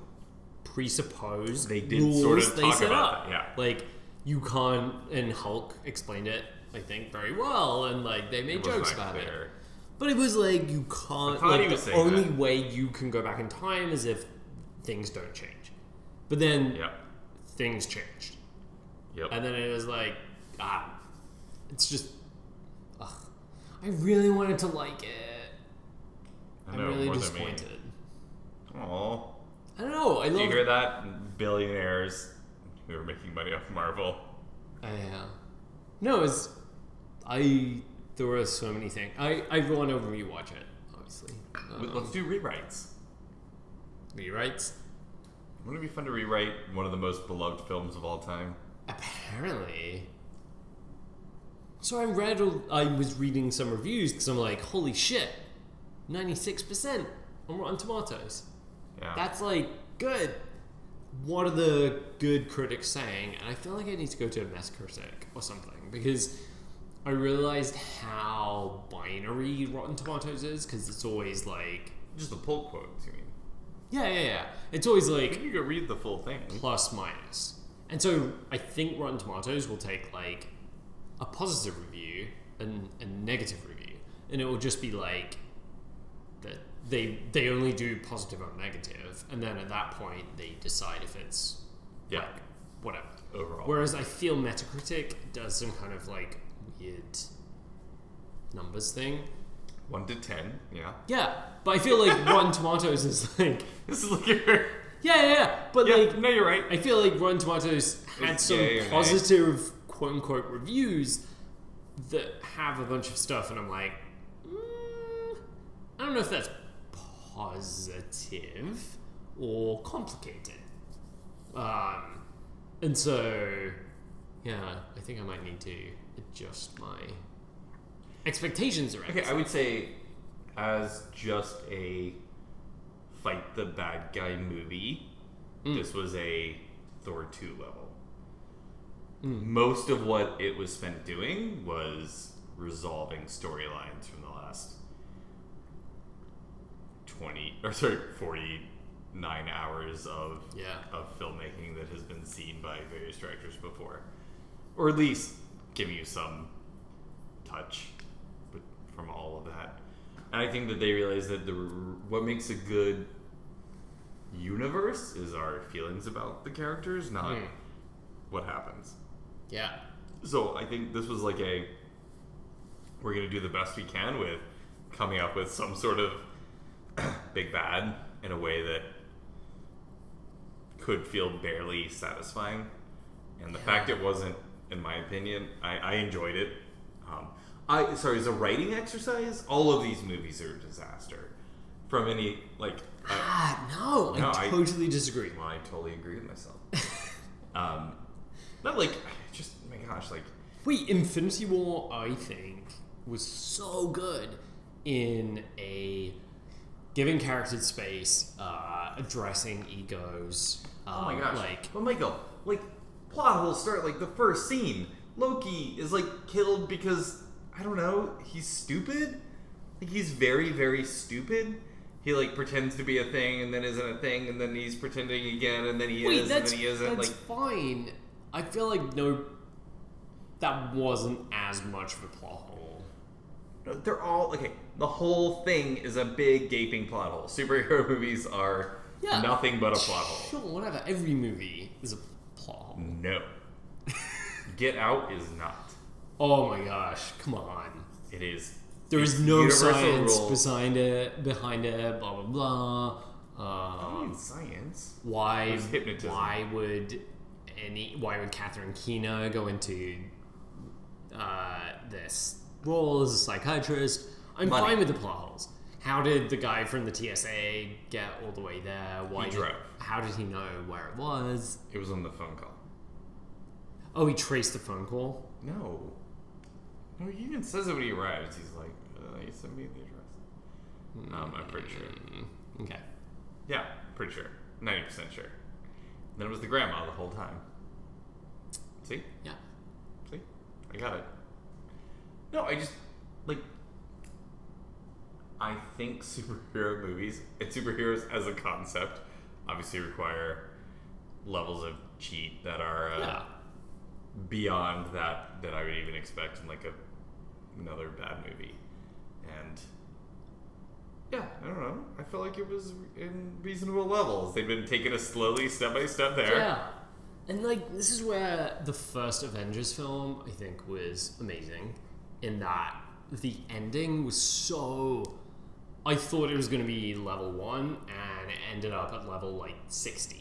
Speaker 2: presupposed
Speaker 1: They did
Speaker 2: rules
Speaker 1: sort of
Speaker 2: they
Speaker 1: talk
Speaker 2: set
Speaker 1: about
Speaker 2: up.
Speaker 1: that, yeah.
Speaker 2: like you can't and Hulk explained it, I think, very well, and like they made
Speaker 1: It was
Speaker 2: jokes
Speaker 1: not
Speaker 2: about it.
Speaker 1: clear.
Speaker 2: But it was like you can't.
Speaker 1: thought
Speaker 2: Like
Speaker 1: he was
Speaker 2: the
Speaker 1: saying
Speaker 2: only
Speaker 1: that.
Speaker 2: way you can go back in time is if things don't change. But then
Speaker 1: Yep.
Speaker 2: things changed,
Speaker 1: Yep.
Speaker 2: and then it was like ah, it's just. Ugh. I really wanted to like it.
Speaker 1: I
Speaker 2: I'm
Speaker 1: know,
Speaker 2: really
Speaker 1: more than me.
Speaker 2: disappointed.
Speaker 1: Aw.
Speaker 2: I don't know. I
Speaker 1: Do you
Speaker 2: love.
Speaker 1: hear that? Billionaires who are making money off Marvel.
Speaker 2: I, uh, no, it's I. There were so many things. I I want to rewatch it. Obviously,
Speaker 1: Let- Let's
Speaker 2: um,
Speaker 1: do rewrites.
Speaker 2: rewrites.
Speaker 1: Wouldn't it be fun to rewrite one of the most beloved films of all time?
Speaker 2: Apparently. So I read. all- I was reading some reviews because I'm like, holy shit, ninety six percent on Rotten Tomatoes.
Speaker 1: Yeah.
Speaker 2: That's like good. What are the good critics saying? And I feel like I need to go to a mess critic or something because I realized how binary Rotten Tomatoes is because it's always like,
Speaker 1: Just the pull quotes, you mean?
Speaker 2: yeah, yeah, yeah. It's always like
Speaker 1: You could read the full thing.
Speaker 2: plus minus. And so I think Rotten Tomatoes will take like a positive review and a negative review, and it will just be like that they they only do positive or negative, and then at that point they decide if it's
Speaker 1: Yeah.
Speaker 2: like whatever.
Speaker 1: Overall.
Speaker 2: Whereas I feel Metacritic does some kind of like weird numbers thing.
Speaker 1: One to ten. Yeah.
Speaker 2: Yeah, but I feel like Rotten Tomatoes is like
Speaker 1: This is like your.
Speaker 2: yeah yeah, yeah but
Speaker 1: Yeah.
Speaker 2: like
Speaker 1: no, you're right.
Speaker 2: I feel like Rotten Tomatoes had
Speaker 1: It's
Speaker 2: some
Speaker 1: yay or nay.
Speaker 2: positive quote unquote reviews that have a bunch of stuff, and I'm like, mm, I don't know if that's positive or complicated. Um, and so, yeah, I think I might need to adjust my expectations around.
Speaker 1: Okay,
Speaker 2: this.
Speaker 1: I would say as just a fight the bad guy movie, this was a Thor 2 level. Most of what it was spent doing was resolving storylines from the last 20 or sorry, 49 hours of
Speaker 2: yeah,
Speaker 1: of filmmaking that has been seen by various directors before, or at least give you some touch with- from all of that. And I think that they realize that the what makes a good universe is our feelings about the characters, not
Speaker 2: Hmm.
Speaker 1: what happens.
Speaker 2: Yeah.
Speaker 1: So I think this was like a we're gonna do the best we can with coming up with some sort of big bad in a way that could feel barely satisfying. And the fact it wasn't, in my opinion, I, I enjoyed it. Um, I sorry, as a writing exercise, all of these movies are a disaster. From any like, I,
Speaker 2: Ah, no,
Speaker 1: No,
Speaker 2: I
Speaker 1: I-
Speaker 2: totally disagree.
Speaker 1: well, I totally agree with myself. um, not like just my gosh, like
Speaker 2: Wait, Infinity War, I think, was so good in a giving characters space, uh, addressing egos.
Speaker 1: Oh my
Speaker 2: um,
Speaker 1: gosh.
Speaker 2: Like,
Speaker 1: but Michael, like, plot holes start like the first scene. Loki is like killed because, I don't know, he's stupid? Like, he's very, very stupid. He like pretends to be a thing and then isn't a thing and then he's pretending again and then he
Speaker 2: wait,
Speaker 1: is and
Speaker 2: that's,
Speaker 1: then he isn't.
Speaker 2: that's
Speaker 1: Like,
Speaker 2: fine. I feel like no, that wasn't as much of a plot hole.
Speaker 1: No, they're all okay. The whole thing is a big gaping plot hole. Superhero movies are
Speaker 2: Yeah.
Speaker 1: nothing but a plot hole.
Speaker 2: Sure, whatever. Every movie is a plot hole.
Speaker 1: No. Get Out is not.
Speaker 2: Oh my gosh, come on.
Speaker 1: It is.
Speaker 2: There
Speaker 1: it's
Speaker 2: is no
Speaker 1: universal
Speaker 2: science
Speaker 1: rule.
Speaker 2: behind it, behind it, blah blah
Speaker 1: I
Speaker 2: blah.
Speaker 1: don't
Speaker 2: Um,
Speaker 1: need science.
Speaker 2: why?
Speaker 1: It's hypnotism.
Speaker 2: Why would any? Why would Catherine Keener go into uh, this role as a psychiatrist? I'm
Speaker 1: Money.
Speaker 2: fine with the plot holes. How did the guy from the TSA get all the way there? Why?
Speaker 1: He
Speaker 2: did-
Speaker 1: drove.
Speaker 2: How did he know where it was?
Speaker 1: It was on the phone call.
Speaker 2: Oh, he traced the phone call.
Speaker 1: No. No, he even says it when he arrives. He's like, uh, you sent me the address. Um, I'm pretty sure.
Speaker 2: Mm, Okay.
Speaker 1: Yeah, pretty sure. 90% sure. Then it was the grandma the whole time. See?
Speaker 2: Yeah.
Speaker 1: See? I got it. No, I just, like, I think superhero movies and superheroes as a concept obviously require levels of cheat that are. Uh,
Speaker 2: Yeah.
Speaker 1: beyond that that I would even expect in like a another bad movie. And yeah, I don't know. I felt like it was in reasonable levels. They've been taking us slowly, step by step there.
Speaker 2: Yeah. And like this is where the first Avengers film I think was amazing in that the ending was so I thought it was going to be level 1 and it ended up at level like 60.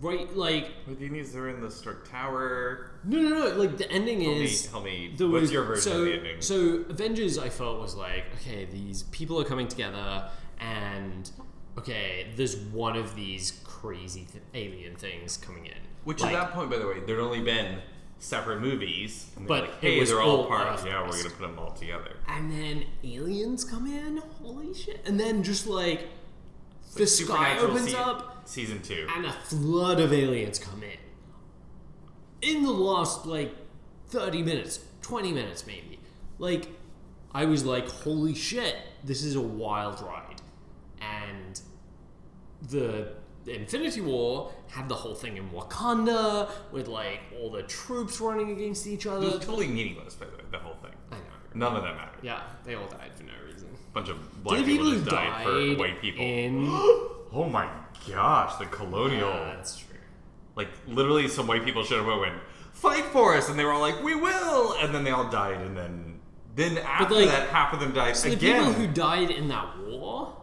Speaker 2: Right like
Speaker 1: But the Indians are in the Stark Tower.
Speaker 2: no no no like the ending
Speaker 1: Help me,
Speaker 2: is
Speaker 1: help me.
Speaker 2: there
Speaker 1: What's
Speaker 2: was-
Speaker 1: your version
Speaker 2: so,
Speaker 1: of the ending?
Speaker 2: So Avengers, I felt was like, okay, these people are coming together, and okay, there's one of these crazy th- alien things coming in.
Speaker 1: Which
Speaker 2: Like,
Speaker 1: at that point, by the way, there'd only been separate movies. And they're
Speaker 2: But
Speaker 1: like,
Speaker 2: it
Speaker 1: hey,
Speaker 2: was
Speaker 1: they're all
Speaker 2: all
Speaker 1: part. Yeah, we're
Speaker 2: Earth-based.
Speaker 1: gonna put them all together.
Speaker 2: and then aliens come in. Holy shit! And then just like the sky
Speaker 1: Supernatural
Speaker 2: opens
Speaker 1: se-
Speaker 2: up,
Speaker 1: Season two.
Speaker 2: and a flood of aliens come in. In the last like 30 minutes, 20 minutes maybe. Like I was like, holy shit, this is a wild ride. And the the Infinity War had the whole thing in Wakanda with like all the troops running against each
Speaker 1: It was
Speaker 2: other.
Speaker 1: totally meaningless, by the way, the whole thing.
Speaker 2: I know.
Speaker 1: None of that mattered.
Speaker 2: Yeah, they all died for no reason.
Speaker 1: bunch of black
Speaker 2: the
Speaker 1: people,
Speaker 2: people
Speaker 1: just
Speaker 2: who
Speaker 1: died, for
Speaker 2: died
Speaker 1: white people.
Speaker 2: in-
Speaker 1: oh my gosh, the colonial.
Speaker 2: Yeah, that's true.
Speaker 1: Like literally, some white people showed up and went, "Fight for us," and they were all like, "We will," and then they all died, and then then after
Speaker 2: like,
Speaker 1: that, half of them died
Speaker 2: So
Speaker 1: again.
Speaker 2: the people who died in that war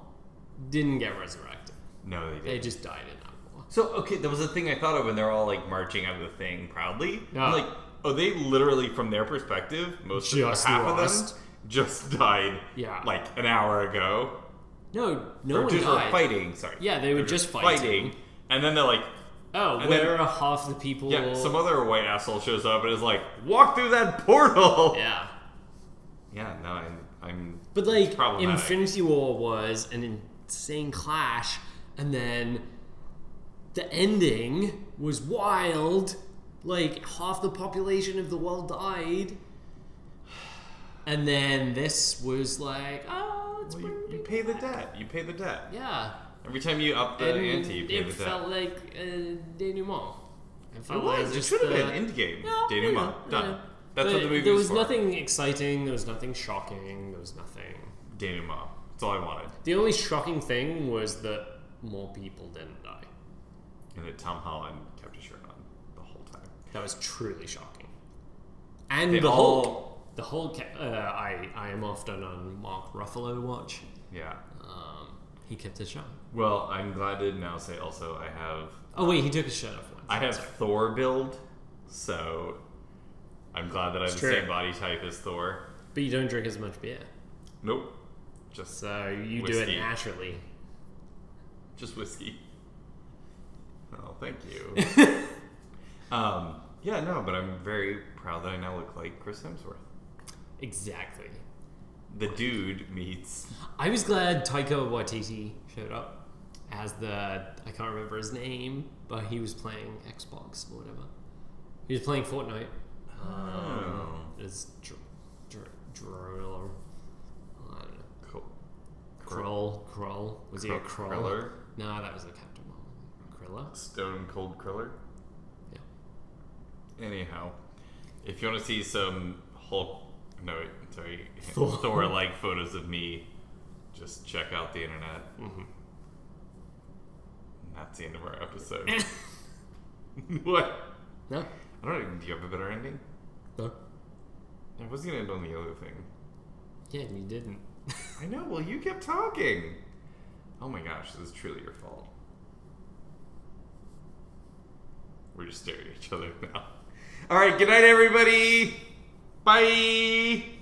Speaker 2: didn't get resurrected.
Speaker 1: no, they
Speaker 2: They
Speaker 1: did.
Speaker 2: just died in that war.
Speaker 1: So okay, there was a thing I thought of when they're all like marching out of the thing proudly.
Speaker 2: Yeah.
Speaker 1: I'm Like, oh, they literally, from their perspective, most of
Speaker 2: Just
Speaker 1: half of
Speaker 2: lost.
Speaker 1: them just died.
Speaker 2: Yeah.
Speaker 1: like an hour ago.
Speaker 2: No, no
Speaker 1: Or
Speaker 2: one
Speaker 1: just were
Speaker 2: died.
Speaker 1: fighting. Sorry.
Speaker 2: Yeah, they were
Speaker 1: They're
Speaker 2: just fighting.
Speaker 1: and then they're like,
Speaker 2: Oh,
Speaker 1: And
Speaker 2: where
Speaker 1: then-
Speaker 2: are half the people?
Speaker 1: Yeah, some other white asshole shows up and is like, "Walk through that portal." Yeah,
Speaker 2: Yeah.
Speaker 1: no, I'm, I'm.
Speaker 2: But like,
Speaker 1: problematic.
Speaker 2: Infinity War was an insane clash, and then the ending was wild. Like half the population of the world died, and then this was like, oh, it's
Speaker 1: Well,
Speaker 2: pretty
Speaker 1: you, you
Speaker 2: big
Speaker 1: pay the
Speaker 2: back.
Speaker 1: debt. You pay the debt.
Speaker 2: Yeah,
Speaker 1: Every time you up the
Speaker 2: and
Speaker 1: ante, Uh, you pay
Speaker 2: it
Speaker 1: the
Speaker 2: felt
Speaker 1: debt.
Speaker 2: like a denouement. It
Speaker 1: It
Speaker 2: felt
Speaker 1: was.
Speaker 2: like
Speaker 1: It
Speaker 2: just
Speaker 1: should have
Speaker 2: the-
Speaker 1: been Endgame.
Speaker 2: No,
Speaker 1: Date
Speaker 2: no,
Speaker 1: him
Speaker 2: no,
Speaker 1: up.
Speaker 2: no,
Speaker 1: Done.
Speaker 2: no.
Speaker 1: That's
Speaker 2: But
Speaker 1: what the movie
Speaker 2: There
Speaker 1: was
Speaker 2: was
Speaker 1: for.
Speaker 2: nothing exciting. There was nothing shocking. There was nothing.
Speaker 1: denouement. That's all I wanted.
Speaker 2: The only shocking thing was that more people didn't die.
Speaker 1: And that Tom Holland kept his shirt on the whole time.
Speaker 2: That was truly shocking. And
Speaker 1: They
Speaker 2: the
Speaker 1: all-
Speaker 2: Hulk. The Hulk. Uh, I I am often on Mark Ruffalo watch.
Speaker 1: Yeah.
Speaker 2: Um, he kept his shirt. on.
Speaker 1: Well, I'm glad to now say also I have
Speaker 2: Oh wait, he took his shirt off once.
Speaker 1: I have Thor build, so I'm glad that I have the
Speaker 2: true.
Speaker 1: same body type as Thor.
Speaker 2: But you don't drink as much beer,
Speaker 1: Nope. Just
Speaker 2: so you do
Speaker 1: Whiskey.
Speaker 2: it naturally.
Speaker 1: just whiskey. Oh, thank you. um, yeah, no, but I'm very proud that I now look like Chris Hemsworth.
Speaker 2: Exactly.
Speaker 1: The dude meets
Speaker 2: I was glad Taika Waititi showed up as the I can't remember his name, but he was playing Xbox or whatever. He was playing Fortnite. Um, It's dr- dr- Droll. I don't know.
Speaker 1: Col-
Speaker 2: Krull. Krull. Was he a
Speaker 1: Krull-
Speaker 2: Krull?
Speaker 1: Kruller?
Speaker 2: No, that was a Captain Marvel. Krilla?
Speaker 1: Stone Cold Kriller.
Speaker 2: Yeah.
Speaker 1: Anyhow, if you want to see some Hulk, no, wait, sorry,
Speaker 2: Thor.
Speaker 1: Thor like photos of me, just check out the internet.
Speaker 2: Mhm.
Speaker 1: And that's the end of our episode. what?
Speaker 2: No?
Speaker 1: I don't know. Do you have a better ending?
Speaker 2: No?
Speaker 1: I was gonna end on the other thing.
Speaker 2: Yeah, you didn't.
Speaker 1: I know. Well, you kept talking. Oh my gosh, this is truly your fault. We're just staring at each other now. All right. Good night, everybody. Bye.